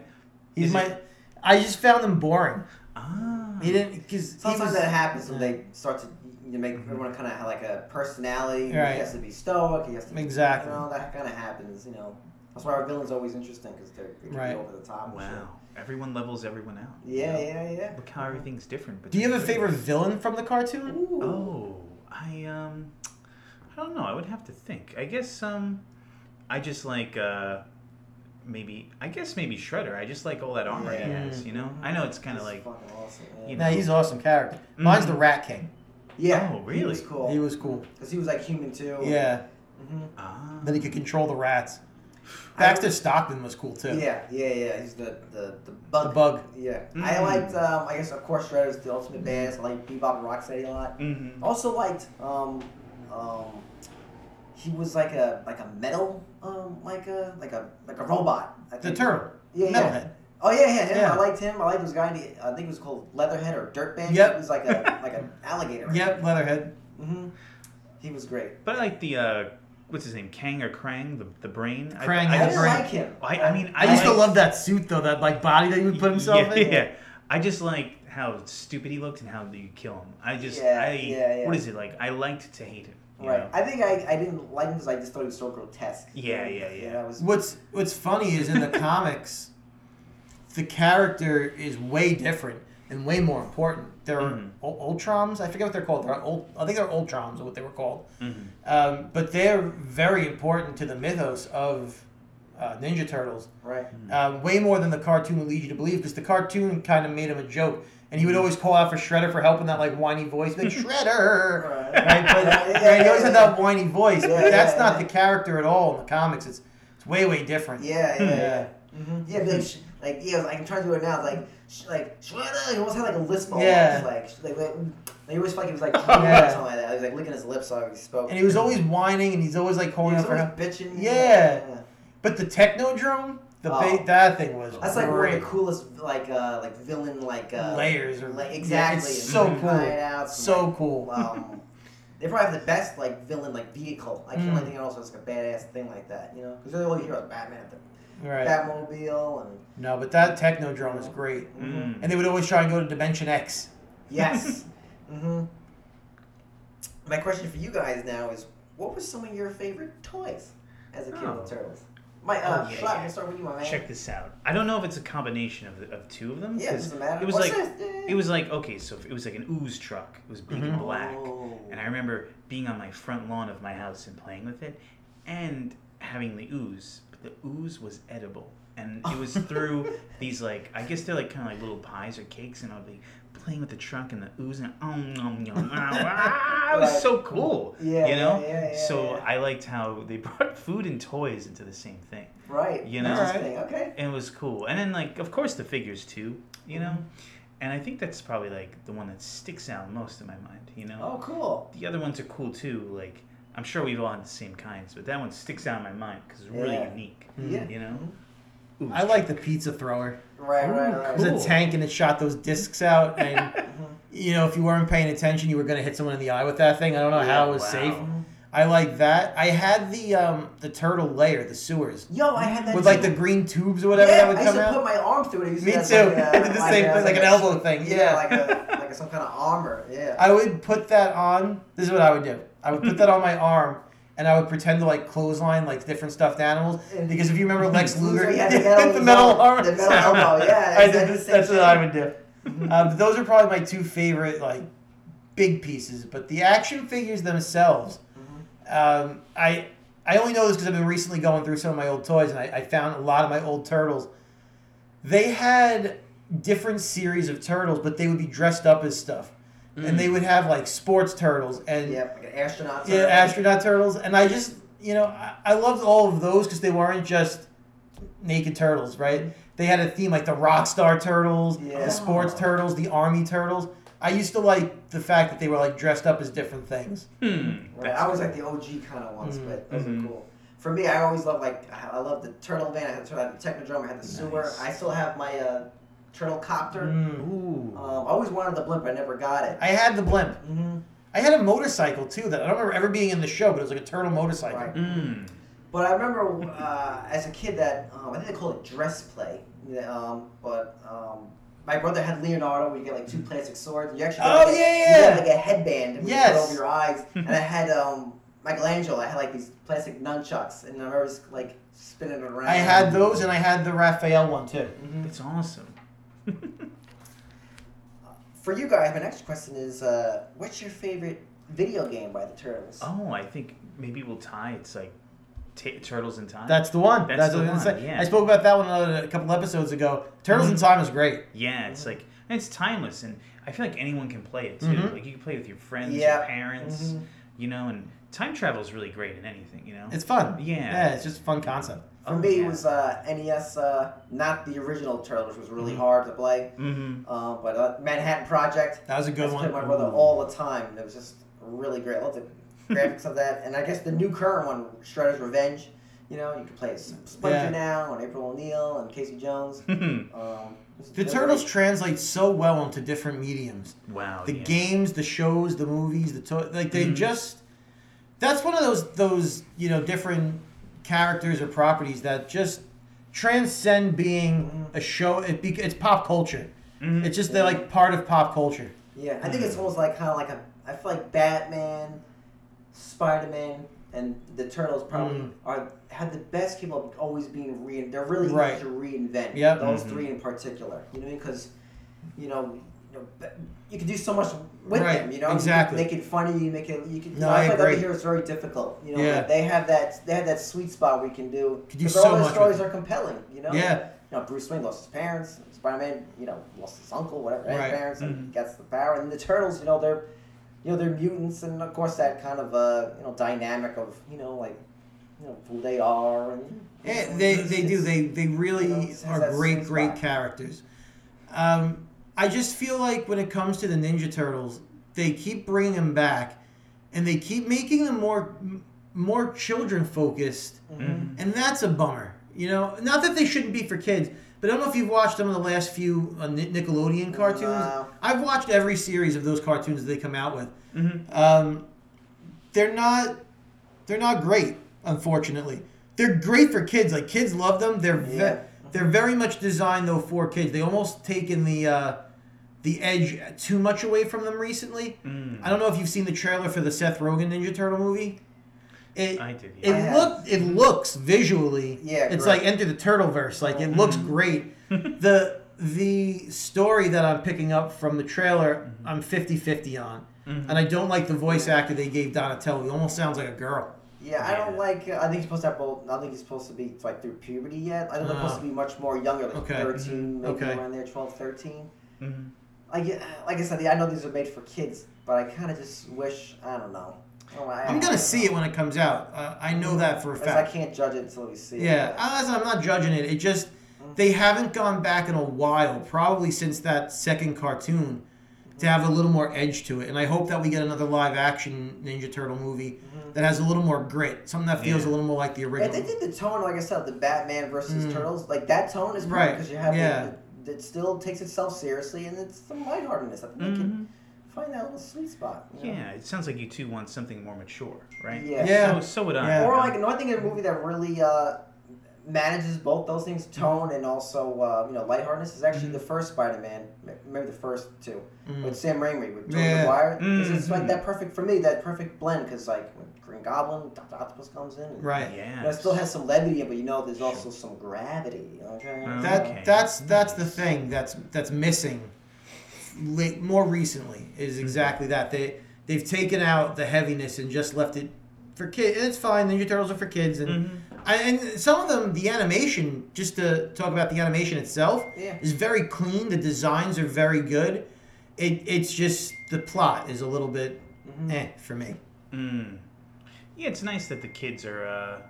He's Is my. it- I just found him boring. Ah. Hmm. He didn't because Sometimes that happens when Yeah. Mm-hmm. they start to you make everyone kind of have like a personality. Right. He has to be stoic. He has to be, Exactly. You know that kind of happens. You know that's why our villains always interesting because they're they can Right. be over the top. and Wow. Everyone levels everyone out. shit. Yeah, yeah, yeah. Look how everything's different. Do you have a between- favorite villain from the cartoon? Ooh. Oh, I um, I don't know. I would have to think. I guess um, I just like uh, maybe I guess maybe Shredder. I just like all that armor Yeah. he has. You know, I know it's kind of He's like fucking awesome. Yeah. you No, he's an awesome character. Mine's the Rat King. yeah. Oh, He really? was Mm-hmm. cool. He was cool. Because he was like human too. Yeah. hmm ah, Then he could control the rats. Baxter Stockman was cool too. Yeah, yeah, yeah. He's the the, the bug. The bug. Yeah. I Mm. liked. Um, I guess of course Shredder's the ultimate badass. I like Bebop and Rocksteady a lot. Mhm. Also liked. Um, um, he was like a like a metal. Um, like a like a like a robot. I The think. turtle. Yeah, yeah. Metalhead. Oh yeah, yeah, him. Yeah. I liked him. I liked this guy. and he- I think it was called Leatherhead or Dirtband. Yep. He was like a like an alligator. Yep, Leatherhead. hmm He was great. But I like the uh, what's his name, Kang or Krang, the the brain. Krang I, is I, I, didn't agree. like him. I, I mean, I, I, used to like- love that suit though, that like body that he would put himself yeah, in. Yeah, I just like how stupid he looked and how you kill him. I just, Yeah, I, yeah, yeah. what is it like? I liked to hate him. you Right. know? I think I, I didn't like him because I just thought he was so grotesque. Yeah, yeah, yeah. that was What's what's funny is in the comics, the character is way different and way more important. There are Mhm. ul- Ultrams. I forget what they're called. They're ul- I think they're Ultrams, what they were called. Mhm. Mm-hmm. Um, but they're very important to the mythos of uh, Ninja Turtles, right. uh, way more than the cartoon would lead you to believe, because the cartoon kind of made him a joke, and Mm. he would always call out for Shredder for helping that like whiny voice, like Shredder. Right, but right, he always had that whiny voice. Yeah, but that's yeah, not yeah. the character at all in the comics. It's it's way way different. Yeah, yeah, Hmm. yeah. Mm-hmm. Yeah, but like, sh- like yeah, like I'm trying to do it now. It's Like, sh- like Shredder, he almost had like a lisp. on Yeah. his, Like, sh- like, like, mm, like, he always felt like he was like Yeah. or something like that. He was like licking his lips while he spoke. And he was always whining, and he's always like He calling was out for always help. bitching. Yeah. But the Technodrome, the Oh. ba- that thing was That's like one of great. the coolest, like, uh, like villain, like uh, layers or Like, Yeah, exactly. Mm-hmm. it's so And cool, hideouts and, so cool. um, they probably have the best like villain like vehicle. I can't Mm. really think of also like a badass thing like that, you know? Because all you hear about Batman, the Right? Batmobile, and No, but that Technodrome is great. mhm. Mm. And they would always try and go to Dimension X. yes. hmm My question for you guys now is, what were some of your favorite toys as a kid Oh. with Turtles? My uh, Oh, yeah, Schlapp, yeah. we'll start with you, my man. Check this out. I don't know if it's a combination of, the, of two of them. Yeah, it 'cause doesn't matter. It was Or like says, eh. it was like okay, so it was like an ooze truck. It was big Mhm. and black, Oh. and I remember being on my front lawn of my house and playing with it, and having the ooze. But the ooze was edible, and it was through these like I guess they're like kind of like little pies or cakes, and I'd be playing with the truck and the ooze, and oh nom nom, ah, it Right. was so cool. Yeah, you know. yeah, yeah, yeah, so yeah. I liked how they brought food and toys into the same thing. Right. you know. Interesting. Okay. And it was cool. And then like of course the figures too, you Mm-hmm. know? And I think that's probably like the one that sticks out most in my mind, you know? Oh, cool. The other ones are cool too, like I'm sure we've all had the same kinds, but that one sticks out in my mind because it's really Yeah. Mm-hmm. unique. Yeah. You know? Ooh, I like the pizza thrower. Right, right, Ooh, right. Mm-hmm. It was Cool. a tank and it shot those discs out, and you know if you weren't paying attention, you were gonna hit someone in the eye with that thing. I don't know how it was wow. safe. Mm-hmm. I like that. I had the um, the turtle layer, the sewers Yo, I had that with like the too. green tubes or whatever yeah, that would I used come to put out. my arm through it. I used Me to have, too. Like, uh, I did the same uh, thing, like an a- elbow thing, yeah. like a like a, some kind of armor. Yeah. I would put that on. This is what I would do. I would put that on my arm, and I would pretend to like clothesline like different stuffed animals. Because if you remember Lex Luger, Yeah, the metal, arm, The metal elbow. Yeah. I it's like did the this, same that's what I thing. would do. Uh, but those are probably my two favorite like big pieces. But the action figures themselves, Mm-hmm. um, I I only know this because I've been recently going through some of my old toys and I, I found a lot of my old turtles. They had different series of turtles, but they would be dressed up as stuff, Mm. and they would have like sports turtles and Yeah, like an astronaut. yeah, astronaut turtles, and I just you know I, I loved all of those because they weren't just naked turtles, right? they had a theme like the rock star turtles, Yeah. the Oh. sports turtles, the army turtles. I used to like the fact that they were like dressed up as different things. Hmm. Right. I was like the OG kind of Mm-hmm. ones, but those Mhm. are cool. For me, I always love like I I love the turtle van. I had the turtle, I had the technodrome. I had the sewer. Nice. I still have my uh, turtle copter. Mm. Ooh. Um, I always wanted the blimp. I never got it. I had the blimp. hmm I had a motorcycle too that I don't remember ever being in the show, but it was like a turtle motorcycle. Right. Mm. But I remember uh, as a kid that um, I think they call it dress play. Yeah, Um, but um, my brother had Leonardo. where you get like two plastic swords. And you actually Mm-hmm. get, Oh, like, a- yeah, You yeah. get, like a headband and you Yes. put over your eyes. and I had um, Michelangelo. I had like these plastic nunchucks, and I remember just, like spinning it around. I had those, and I had the Raphael one too. Mhm. That's awesome. For you guys, my next question is, uh, what's your favorite video game by the Turtles? Oh, I think maybe we'll tie. It's like t- turtles in time. That's the one. That's That's, the what I was one, gonna say. yeah. Mm-hmm. I spoke about that one uh, a couple episodes ago. Turtles in Time is great. yeah. It's like and it's timeless, and I feel like anyone can play it too. Mhm. Like you can play with your friends, your Yeah. parents, Mhm. you know. And time travel is really great in anything, you know. Mm-hmm. It's fun. Yeah. Yeah, it's just a fun concept. For Oh, me, yeah. it was uh, NES, uh, not the original Turtles, was really Mhm. hard to play. Mm-hmm. Uh, but uh, Manhattan Project, That was a I good used to play with my one. brother all the time. and It was just really great. I love the graphics of that. And I guess the new current one, Shredder's Revenge. You know, you can play as Splinter Yeah. now, and April O'Neil, and Casey Jones. Mm-hmm. Um, The they're Turtles great. translate so well into different mediums. wow. The yeah. games, the shows, the movies, the to- like they Mhm. just that's one of those those, you know, different characters or properties that just transcend being Mhm. a show it be- it's pop culture. Mhm. It's just they're like part of pop culture. Yeah, I Hmm. think it's almost like kind of like a. I feel like Batman, Spider Man, and the Turtles probably Mm. are have the best people of always being re. They're really easy Right. to reinvent. Yep. Mm-hmm. those Mhm. three in particular. You know, because you know, you know, ba- you can do so much with Right, them. You know, exactly. You can make it funny. You make it. You can. No, you know, I feel like agree. Over here, it's very difficult. You know, Yeah. they have that. They have that sweet spot we can do. Could do 'cause so all much their with stories them. are compelling. You know. Yeah. You know, Bruce Wayne lost his parents. Spider Man, you know, lost his uncle, whatever. His Right. parents and gets the power. And the Turtles, you know, they're, you know, they're mutants, and of course that kind of uh, you know, dynamic of you know, like, you know, who they are and. Yeah, you know, Eh, they, it's- they do. it's- They they really you know, it's- are that's great, the great spot. characters. Um, I just feel like when it comes to the Ninja Turtles, they keep bringing them back, and they keep making them more m- more children focused, Mm-hmm. Mhm. and that's a bummer. You know, not that they shouldn't be for kids, but I don't know if you've watched them in the last few uh, Ni- Nickelodeon cartoons. No. I've watched every series of those cartoons that they come out with. Mhm. Um, they're not they're not great, unfortunately. They're great for kids. Like kids love them. They're ve- Yeah. they're very much designed though for kids. They almost taken the uh, the edge too much away from them recently. Mm. I don't know if you've seen the trailer for the Seth Rogen Ninja Turtle movie. It I did. Yeah. it I have. looked it looks visually Yeah, it's great. like Enter the Turtle verse. Like it looks great. Mm-hmm. the the story that I'm picking up from the trailer, I'm 50-50 on. And I don't like the voice actor they gave Donatello. He almost sounds like a girl. Yeah, I don't Yeah. like. I think he's supposed to have both. I don't think he's supposed to be like through puberty yet. I think he's Ah. supposed to be much more younger, like Okay. Mm-hmm. 13, maybe Okay. around there, 12, 13. Mhm. Like, yeah, like I said, yeah, I know these are made for kids, but I kind of just wish. I don't know. Oh, I- I'm I gonna don't know. see it when it comes out. Uh, I know that for a Because I fact. can't judge it until we see it. Yeah, I- I'm not judging it. It just Mm. they haven't gone back in a while, probably since that second cartoon, to have a little more edge to it. And I hope that we get another live action Ninja Turtle movie that has a little more grit, something that feels Yeah. a little more like the Mm-hmm. If they original. did the tone, like I said, the Batman versus Mm. Turtles, like that tone is Right, because you have yeah. like, the, it still takes itself seriously and it's some lightheartedness. I think they Mm-hmm. Mhm. can find that little sweet spot. you know? Yeah, it sounds like you two want something more mature, right? Yeah. Yeah. So, so would I. Yeah. Or like another thing in a movie that really uh, manages both those things, tone and also uh, you know lightheartedness, is actually the first Spider-Man, m- maybe the first two Mm-hmm. Mm. with Sam Raimi with Tobey Yeah. Mm-hmm. Maguire. It's just Mhm. like that perfect for me, that perfect blend because like when Green Goblin, Doctor Octopus comes in, and, Right. you Yeah. know, it still has some levity, but you know there's also some gravity. Okay. Mm. That Okay. that's that's the thing that's that's missing. Late, more recently is exactly that they they've taken out the heaviness and just left it for kids. It's fine. Ninja Turtles are for kids, and Mhm. I, and some of them the animation. Just to talk about the animation itself Yeah. is very clean. The designs are very good. It it's just the plot is a little bit eh for me. Mm-hmm. Mm. Yeah, it's nice that the kids are uh,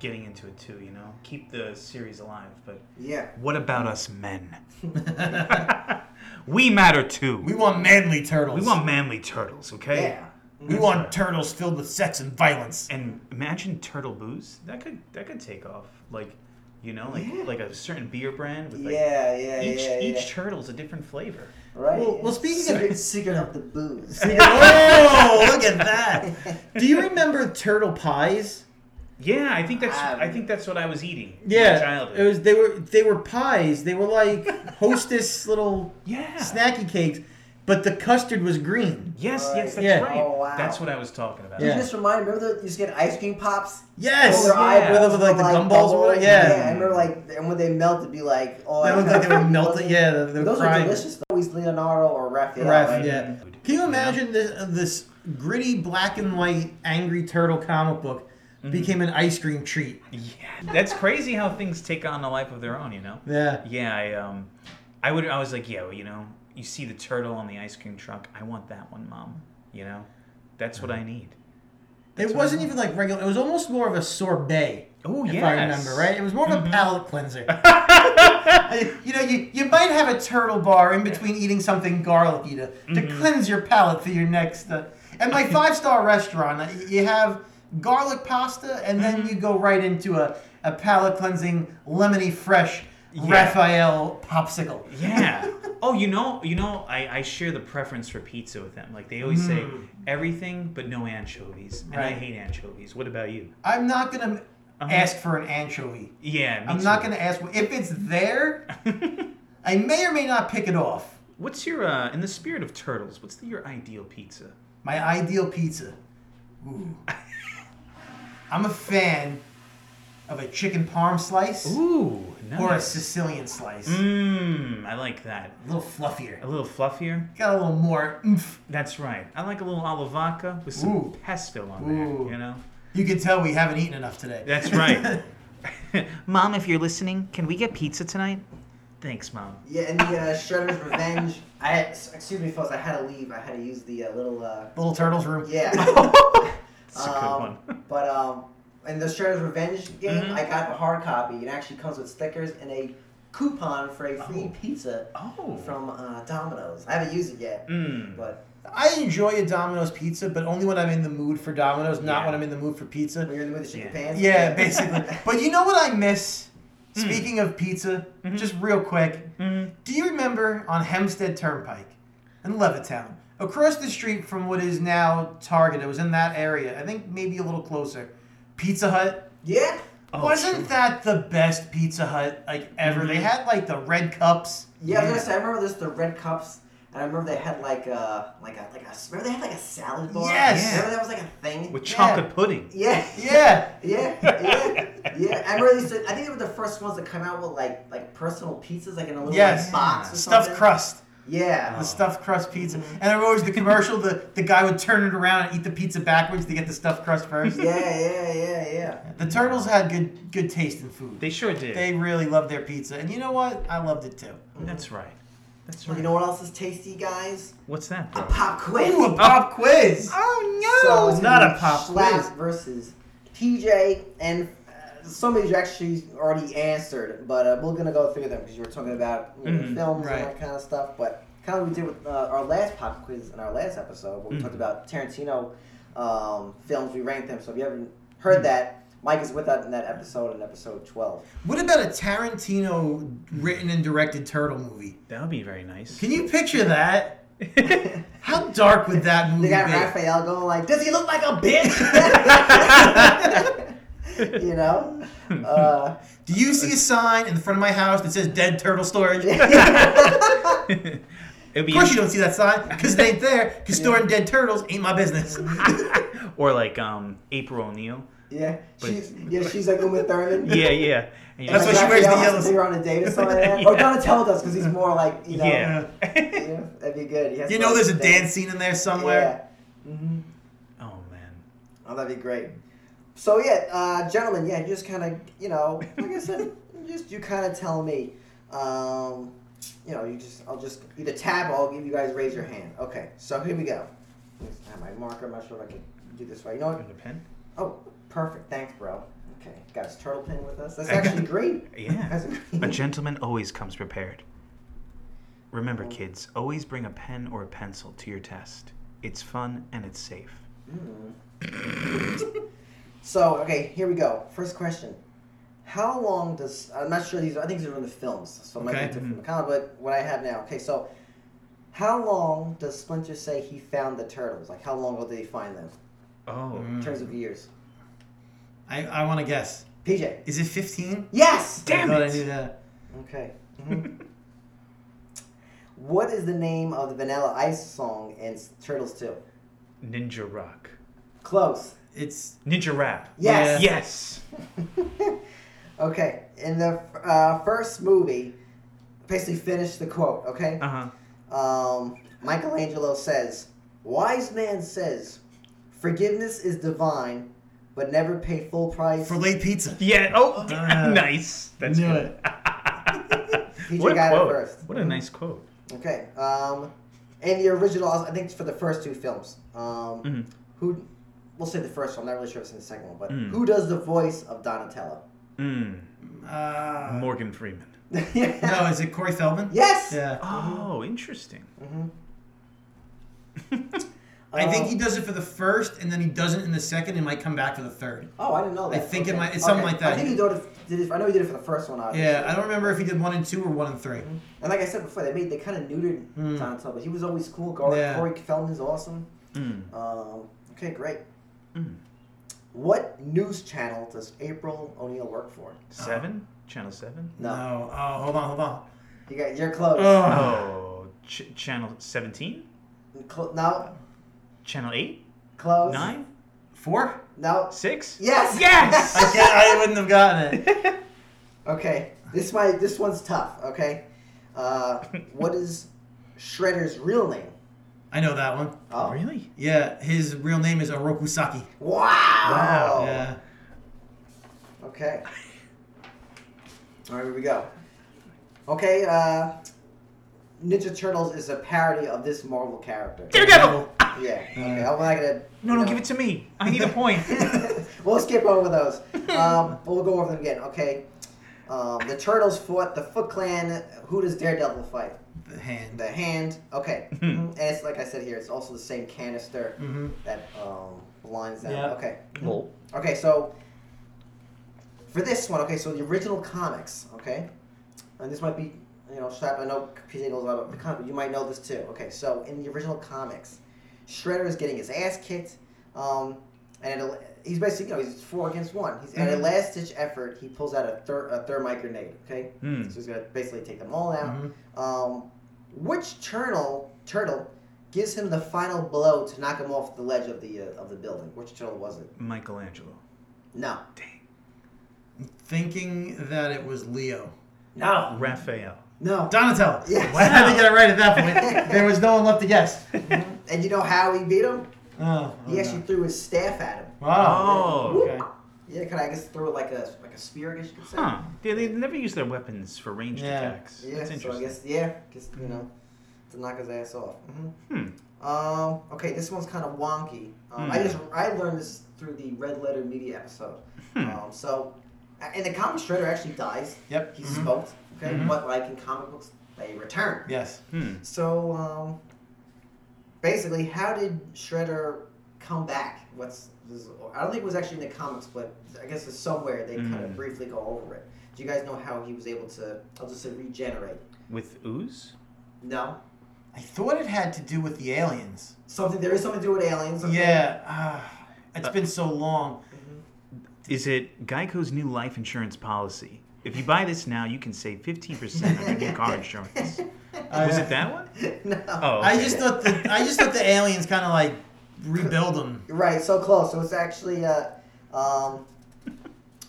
getting into it too. You know, keep the series alive. But Yeah. what about us men? we matter too. We We, want manly turtles. want manly turtles, okay? Yeah. we want turtles filled with sex and violence. And imagine turtle booze. That could that could take off. Like, you know, like Yeah. like a certain beer brand with like Yeah, yeah, each yeah, each yeah. turtle's a different flavor. Right. Well- well, speaking of- secret, secret of the booze. oh, look at that! Do you remember turtle pies? Yeah, I think that's Um, I think that's what I was eating. in my Yeah, childhood. it was. They were they were pies. They were like hostess little yeah. snacky cakes, but the custard was green. Yes, Right. yes, that's Yeah. right. Oh, wow. That's what I was talking about. You Yeah. just remind. Remember that you used to get ice cream pops. Yes, Oh, their yeah. eyeballs With, like, the were, gumballs or whatever? bubbles. Yeah. I remember like and when they melt, it'd be like oh. That I looked like they were kinda- melting. Yeah, they they were Those are frying. delicious. though. Always Leonardo or Raphael. Raph, right? yeah. Can you imagine this, uh, this gritty black and white angry turtle comic book Mm-hmm. became an ice cream treat? Yeah, that's crazy how things take on a life of their own. You know. Yeah. Yeah, I um, I would. I was like, yeah, well, you know, you see the turtle on the ice cream truck. I want that one, mom. You know, that's Mm-hmm. what I need. It what wasn't I- even like regular. It was almost more of a sorbet, Oh Mm-hmm. if yeah, I remember right. It was more of a palate cleanser. you know, you, you might have a turtle bar in between eating something garlicky to, to Mm-hmm. cleanse your palate for your next. Uh, at my five star restaurant, uh, y- you have garlic pasta, and Mm-hmm. then you go right into a, a palate cleansing lemony fresh Raphael popsicle. Yeah. Oh, you know, you know, I, I share the preference for pizza with them. Like they always say, everything but no anchovies, and I Mm. Right. hate anchovies. What about you? I'm not gonna Uh-huh. ask for an anchovy. Yeah, me I'm too. not gonna ask if it's there. I may or may not pick it off. What's your uh, in the spirit of turtles? What's the, your ideal pizza? My ideal pizza. Ooh. I'm a fan of a chicken parm slice Ooh, or a nice. Sicilian slice. Mmm, I like that. A little fluffier. A little fluffier. Got a little more oomph. That's right. I like a little alla vodka with some Ooh. pesto on Ooh. there. You know. You can tell we haven't eaten enough today. That's right. Mom, if you're listening, can we get pizza tonight? Thanks, Mom. Yeah, and the uh, Shredder's Revenge. I had, s- excuse me, folks. I had to leave. I had to use the uh, little. Uh, little turtle's room. yeah. That's a good Um, one. But um, in the Shredder's Revenge game, Mhm. I got a hard copy. It actually comes with stickers and a coupon for a free Oh. pizza Oh. from uh, Domino's. I haven't used it yet, Mm. but I enjoy a Domino's pizza, but only when I'm in the mood for Domino's, not Yeah. when I'm in the mood for pizza. when you're in the mood to shake your Yeah. pants. Yeah, basically. but you know what I miss? Hmm. Speaking of pizza, Mm-hmm. just real quick, Mhm. do you remember on Hempstead Turnpike in Levittown, across the street from what is now Target? It was in that area. I think maybe a little closer. Pizza Hut. yeah. Oh, Wasn't sure. that the best Pizza Hut like ever? They Mm-hmm. had like the red cups. Yeah, I was Yeah. gonna say. I remember this the red cups, and I remember they had like a like a like a remember they had like a salad bar. Yes. remember that was like a thing. with chocolate pudding? yeah, Yeah. yeah, yeah, yeah. I remember these. I think they were the first ones to come out with like like personal pizzas, like in a little like, Yes. box or Stuffed something. Oh. Mm-hmm. crust. Yeah. The stuffed crust pizza. And I remember always the commercial, the, the guy would turn it around and eat the pizza backwards to get the stuffed crust first. yeah, yeah, yeah, yeah. The turtles had good good taste in food. They sure did. They really loved their pizza, and you know what? I loved it too. That's right. That's Well, right. you know what else is tasty, guys? What's that? A Bro? pop quiz. Ooh, a pop quiz. Oh So it's not gonna a be pop Schlapp quiz. versus TJ, and uh, some of these you actually already answered, but uh, we're gonna go through them because you were talking about you know, Mhm. films Mm-hmm, Right. and that kind of stuff. But kind of we did with uh, our last pop quiz in our last episode, where we Mm-hmm. talked about Tarantino um, films. We ranked them. So if you haven't heard Mm-hmm. that, Mike is with us in that episode, in episode twelve. What about a Tarantino written and directed turtle movie? That would be very nice. Can you picture that? How dark would that movie They got be? Raphael going like, "Does he look like a bitch?" you know. Uh, Do you see a sign in the front of my house that says "Dead Turtle Storage"? of it would be course you don't see that sign because it ain't there. Because storing dead turtles ain't my business. or like um April O'Neil. Yeah, But- she's yeah she's like Uma Thurman. Yeah, yeah. And you're That's like, what she wears, the yellows. They're on a date or something like that. Or Yeah. Donatello Oh, does because he's more like you know. Yeah. you know, that'd be good. He has You to know, like there's a dance scene in there somewhere. Yeah. hmm uh. oh man. Oh, that'd be great. So yeah, uh, gentlemen, yeah, you just kind of you know, like I said, you just you kind of tell me. Um, you know, you just I'll just either tab or I'll give you guys raise your hand. Okay, so here we go. I have my marker. I'm not sure if I can do this right. You know what? With a pen? Oh, perfect. Thanks, bro. Okay, got his turtle pin with us. That's actually great. Yeah. That's A great. gentleman always comes prepared. Remember, kids, always bring a pen or a pencil to your test. It's fun and it's safe. Hmm. So okay, here we go. First question: How long does? I'm not sure these. Are, I think these are in the films, so it might Okay. be different from Hmm. the comic. But what I have now. Okay, so how long does Splinter say he found the turtles? Like how long ago did he find them Oh. Mm. in terms of years? I, I want to guess. PJ. Is it 15? Yes. Damn I thought it! I knew that. Okay. Mhm. what is the name of the Vanilla Ice song in S- Turtles Two? Ninja rock. Close. It's Ninja rap. Yes. Yeah. Yes. Okay. In the uh, first movie, basically finish the quote. Okay. Uh huh. um, Michelangelo says, Wise man says, forgiveness is divine, but never pay full price. for late pizza. Yeah. Oh, d- Ah. nice. That's Knew good. PJ got Uh, it quote. first. Mm. What a nice quote. Okay. Um, and the original, I think it's for the first two films. Um, Mm. Mhm. Who, we'll say the first one, I'm not really sure if it's in the second one, but Mm. who does the voice of Donatello? Mm. Uh, Morgan Freeman. No, is it Corey Feldman? Yes! Yeah. Mm-hmm. Oh, interesting. hmm I Um, Oh. think he does it for the first, and then he doesn't in the second, and might come back for the third. Oh, I didn't know I that. think it might- it's something like that. I think he did it, did it. I know he did it for the first one. Obviously. Yeah, I don't remember if he did one and two or one and three. And like I said before, they made they kind of neutered Mm. Donatello, but he was always cool. Corey, Yeah. Corey Feldman's awesome. Mm. Um, okay, great. Mm. What news channel does April O'Neil work for? Seven? Uh-huh. Channel seven? No, Oh, hold on, hold on. you got you're close. Oh. Oh, ch- channel 17? Cl- no, Channel 8? close. 9? Four? No. 6? Uh, Yes. Yes! I, can't, I wouldn't have gotten it. Okay, this might this one's tough. Okay, uh, what is Shredder's real name? I know that one. Oh, Really? Yeah, his real name is Oroku Saki. Wow. Oh. Wow, Yeah. Okay. All right, here we go. Okay, uh, Ninja Turtles is a parody of this Marvel character. Daredevil! Ah, Yeah. Okay, I'm not gonna. No, no, give it to me. I need a point. we'll skip over those. Um, but we'll go over them again. Okay. Um, the Turtles fought the Foot Clan. Who does Daredevil fight? The hand. The Hand. Okay. Mhm. And it's like I said here. It's also the same canister Hmm. Mm-hmm. that um, blinds them. Yeah. Okay. Well, Okay, so for this one, okay, so the original comics, okay, and this might be, you know, Shab- I know PJ knows a lot about the comic, but you might know this too. Okay, so in the original comics, Shredder is getting his ass kicked, um, and it, he's basically, you know, he's four against one. He's at a last ditch effort, he pulls out a, ther- a thermite grenade, okay, Hmm. so he's gonna basically take them all out. Mhm. Um, which turtle turtle gives him the final blow to knock him off the ledge of the uh, of the building? Which turtle was it? Michelangelo. No. Dang. Thinking that it was Leo. No. Raphael. No. Donatello. Yes. Why did I get it right at that point? there was no one left to guess. And you know how he beat him? Oh, He actually threw his staff at him. Wow. Oh. Okay. Yeah, can I guess throw it like a like a spear? I guess you could say. Huh. Yeah, they never use their weapons for ranged Yeah. attacks. Yeah. That's so I interesting. guess yeah, just you know, to knock his ass off. hmm Hmm. Um. Okay, this one's kind of wonky. Um, I Hmm. just I learned this through the Red Letter Media episode. Hmm. Um. So, a- in the comic, Shredder actually dies. Yep. He's Mhm. smoked. Okay. Mhm. But like in comic books, they return. Yes. Hmm. So, um, basically, how did Shredder come back? What's this, I don't think it was actually in the comics, but I guess it's somewhere they kind Mm. of briefly go over it. Do you guys know how he was able to? I'll just say regenerate. With ooze? No, I thought it had to do with the aliens. something there is something to do with aliens. okay? Mm-hmm. Yeah. ah, it's been so long. Is it Geico's new life insurance policy? If you buy this now, you can save 15% on your new car insurance. Uh, Was it that one? no. Oh. I okay. just thought the I just thought the aliens kind of like rebuild them. Right, so close. So it's actually uh, um,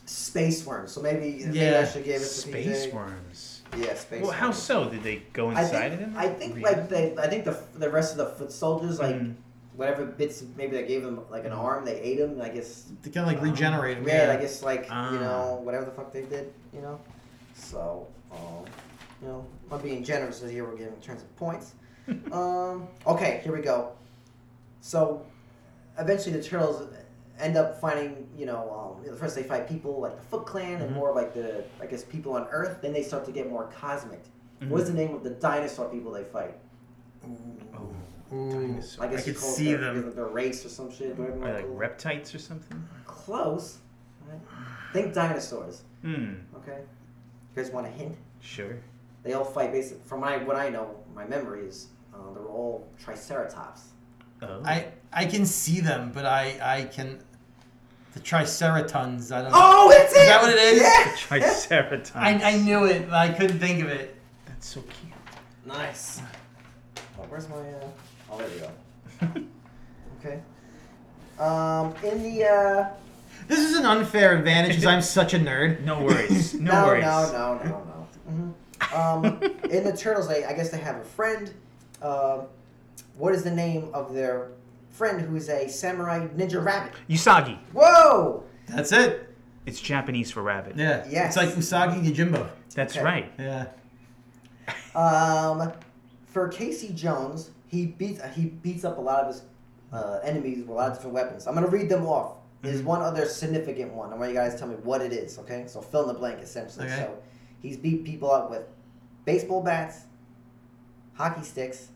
space worm. So maybe maybe Yeah, I should give it to Space PJ. worms. Yeah, space Well, worm. how so? Did they go I inside of think, him? I think Really? like they, I think the the rest of the foot soldiers like Mhm. whatever bits maybe they gave him like an arm they ate him and I guess They kind of like regenerate them. yeah I guess like Ah. you know whatever the fuck they did you know so um, you know I'm being generous with here we're giving in terms of points um okay here we go so eventually the turtles end up finding, you know, um, you know, first they fight people like the Foot Clan and Mhm. more of like the, I guess, people on Earth. Then they start to get more cosmic. Mhm. What's the name of the dinosaur people they fight? Oh, Ooh. dinosaur. I guess I you could call it see their, them. their- their race or some shit. whatever you Are wanna like call it. reptites or something? Close. Right? Think dinosaurs. Hmm. Okay. You guys want a hint? Sure. They all fight basically. From my what I know, my memory is uh, they're all triceratops. Oh. I I can see them, but I I can the triceratons. I don't. Oh, it's it. Is that what it is? Yeah. Triceratops. I, I knew it, but I couldn't think of it. That's so cute. Nice. Oh, where's my? Uh... Oh, there we go. Okay. Um, in the uh, This is an unfair advantage because I'm such a nerd. no worries. No, no, worries. no, no, no, no. Mhm. Um, in the turtles, they I guess they have a friend. Um, what is the name of their friend who is a samurai ninja rabbit? Usagi. Whoa! That's it. It's Japanese for rabbit. Yeah. Yes. It's like Usagi Yojimbo. That's Okay. right. Yeah. Um, for Casey Jones, he beats he beats up a lot of his uh, enemies with a lot of different weapons. I'm gonna read them off. There's one other significant one. I want you guys to tell me what it is. Okay, so fill in the blank essentially. Okay. So he's beat people up with baseball bats, hockey sticks,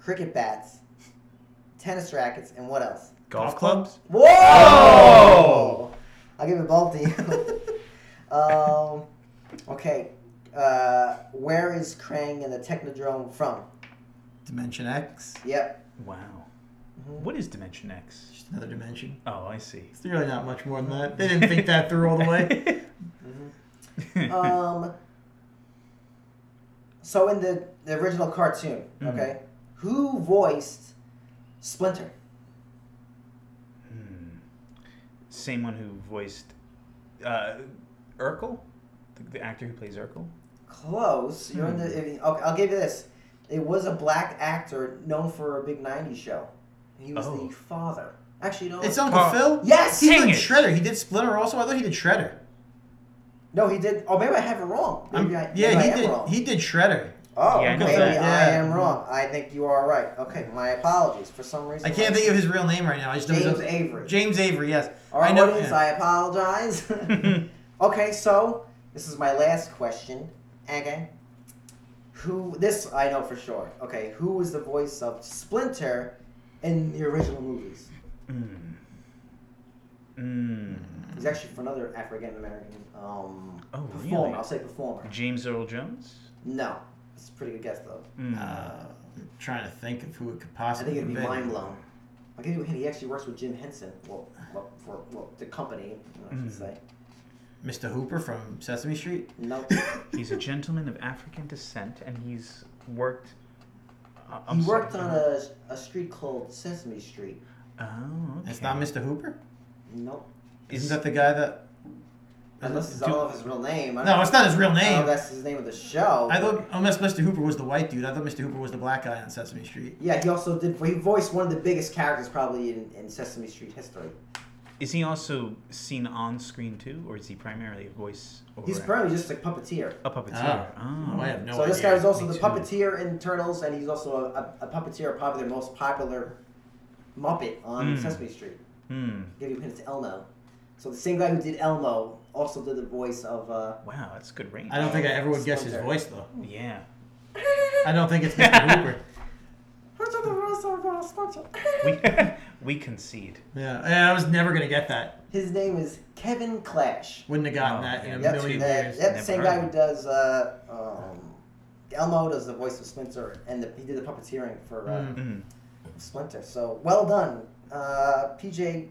cricket bats, tennis rackets, and what else? Golf clubs? Whoa! Oh! I'll give it both to you. um, okay. Uh, where is Krang and the Technodrome from? Dimension X. Yep. Wow. Mhm. What is Dimension X? Just another dimension. Oh, I see. It's really not much more than that. They didn't think that through all the way. Mm-hmm. Um, so in the, the original cartoon, Mhm. Mm-hmm. okay, who voiced Splinter? Hmm. Same one who voiced uh, Urkel, the, the actor who plays Urkel. Close. You're in Hmm. the. Okay, I'll give you this. It was a black actor known for a big '90s show. He was Oh. the father. Actually, no. It's Uncle Oh. Phil? Yes! He did Dang it. Shredder. He did Splinter also. I thought he did Shredder. No, he did. Oh, maybe I have it wrong. I'm- Maybe I, yeah, maybe he I am did. Wrong. He did Shredder. oh, Yeah, I know maybe that. I Yeah. am wrong. I think you are right. Okay, my apologies. For some reason, I can't think of his real name right now. I just know James he's Avery. James Avery. Yes. All right, I know. audience, yeah. I apologize. Hmm. okay, so this is my last question. Okay, who? This I know for sure. Okay, who was the voice of Splinter in the original movies? Mm. Mm. He's actually for another African American um, Oh, performer. really? I'll say performer. James Earl Jones. No, it's a pretty good guess though. Mm. Uh, I'm trying to think of who it could I possibly think it'd be been. mind blown. I'll give you a hint. He actually works with Jim Henson. Well, well for well, the company, I should Mm. say. Mr. Hooper from Sesame Street. No, he's a gentleman of African descent, and he's worked. I- I'm he worked sorry. on a, a street called Sesame Street. Oh, okay. It's not Mr. Hooper. Nope. Isn't that the guy that? Unless it's Do- all of his real name. I don't No, it's not his real I don't know if name. that's his name of the show. I but- thought unless Mr. Hooper was the white dude, I thought Mr. Hooper was the black guy on Sesame Street. Yeah, he also did. He voiced one of the biggest characters probably in, in Sesame Street history. Oh, Is he also seen on screen too, or is he primarily a voice? Over He's act- probably just a puppeteer. a puppeteer. Ah. Oh, I have no so idea. this guy was also Me the too. puppeteer in Turtles, and he's also a, a, a puppeteer, of probably their most popular Muppet on Mm. Sesame Street. Hmm. Give you a hint, it's Elmo. So the same guy who did Elmo also did the voice of. Uh, Wow, that's good range. I don't think I ever would guess his Splinter. voice though. Yeah. I don't think it's Mr. Hooper. We we concede. Yeah, yeah, I was never gonna get that. his name is Kevin Clash. Wouldn't have gotten Oh, that in a yeah. That's, million that, years. that's Never the same heard guy of who it. does uh, um, Elmo does the voice of Splinter, and the, he did the puppeteering for uh, Mm. Mm. Splinter. So well done, uh, PJ,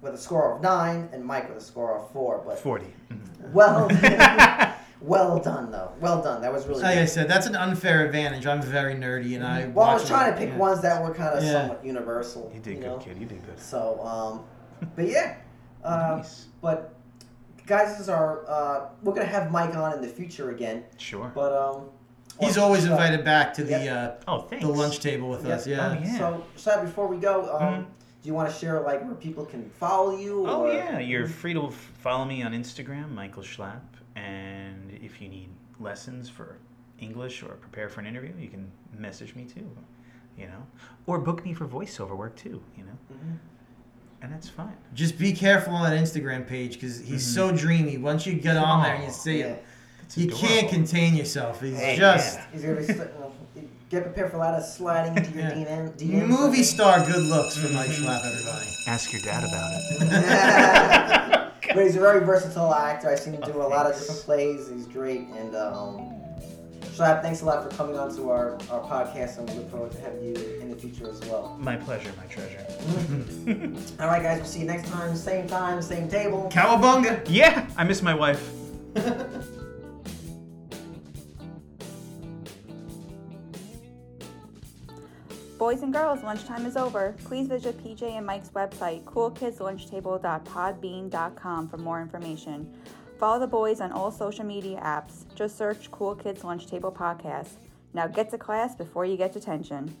with a score of nine, and Mike with a score of four. But Forty. Hmm. Oh. well, Mhm. well done though. Well done. That was really. Like I good. said, that's an unfair advantage. I'm very nerdy, and I. Well, I watch was a lot trying to of- pick yeah. ones that were kind of Yeah. somewhat universal. you did good, know? kid. You did good. So, um, but yeah, uh, nice. but guys, this is our. Uh, we're gonna have Mike on in the future again, Sure. but um. He's or- always so- invited back to the uh, Oh, thanks. the lunch table with us. Yeah. Yeah. Mm-hmm. Oh, yeah. So, Shad, before we go, um, Mhm. do you want to share like where people can follow you? Oh or... yeah, you're free to f- follow me on Instagram, Michael Schlapp, and if you need lessons for English or prepare for an interview, you can message me too, you know, or book me for voiceover work too, you know. Mhm. and that's fine. Just be careful on that Instagram page because he's Mm-hmm. so dreamy. Once you get on there and you see him, It's you can't adorable. contain yourself. He's Hey, just yeah. He's gonna be sli- well, get prepared for a lot of sliding into your Yeah. DM. DM movie star good looks for Mike Schlapp, everybody. Ask your dad about but it. he's a very versatile actor. I've seen him do Oh, a lot of thanks. different plays. He's great. And um, Shlab, thanks a lot for coming on to our, our podcast. And we look forward to having you in the future as well. my pleasure, my treasure. All right, guys. We'll see you next time. Same time, same table. Cowabunga! yeah, I miss my wife. Boys and girls, lunchtime is over. Please visit PJ and Mike's website, coolkidslunchtable.podbean.com for more information. Follow the boys on all social media apps. Just search Cool Kids Lunch Table Podcast. Now get to class before you get detention.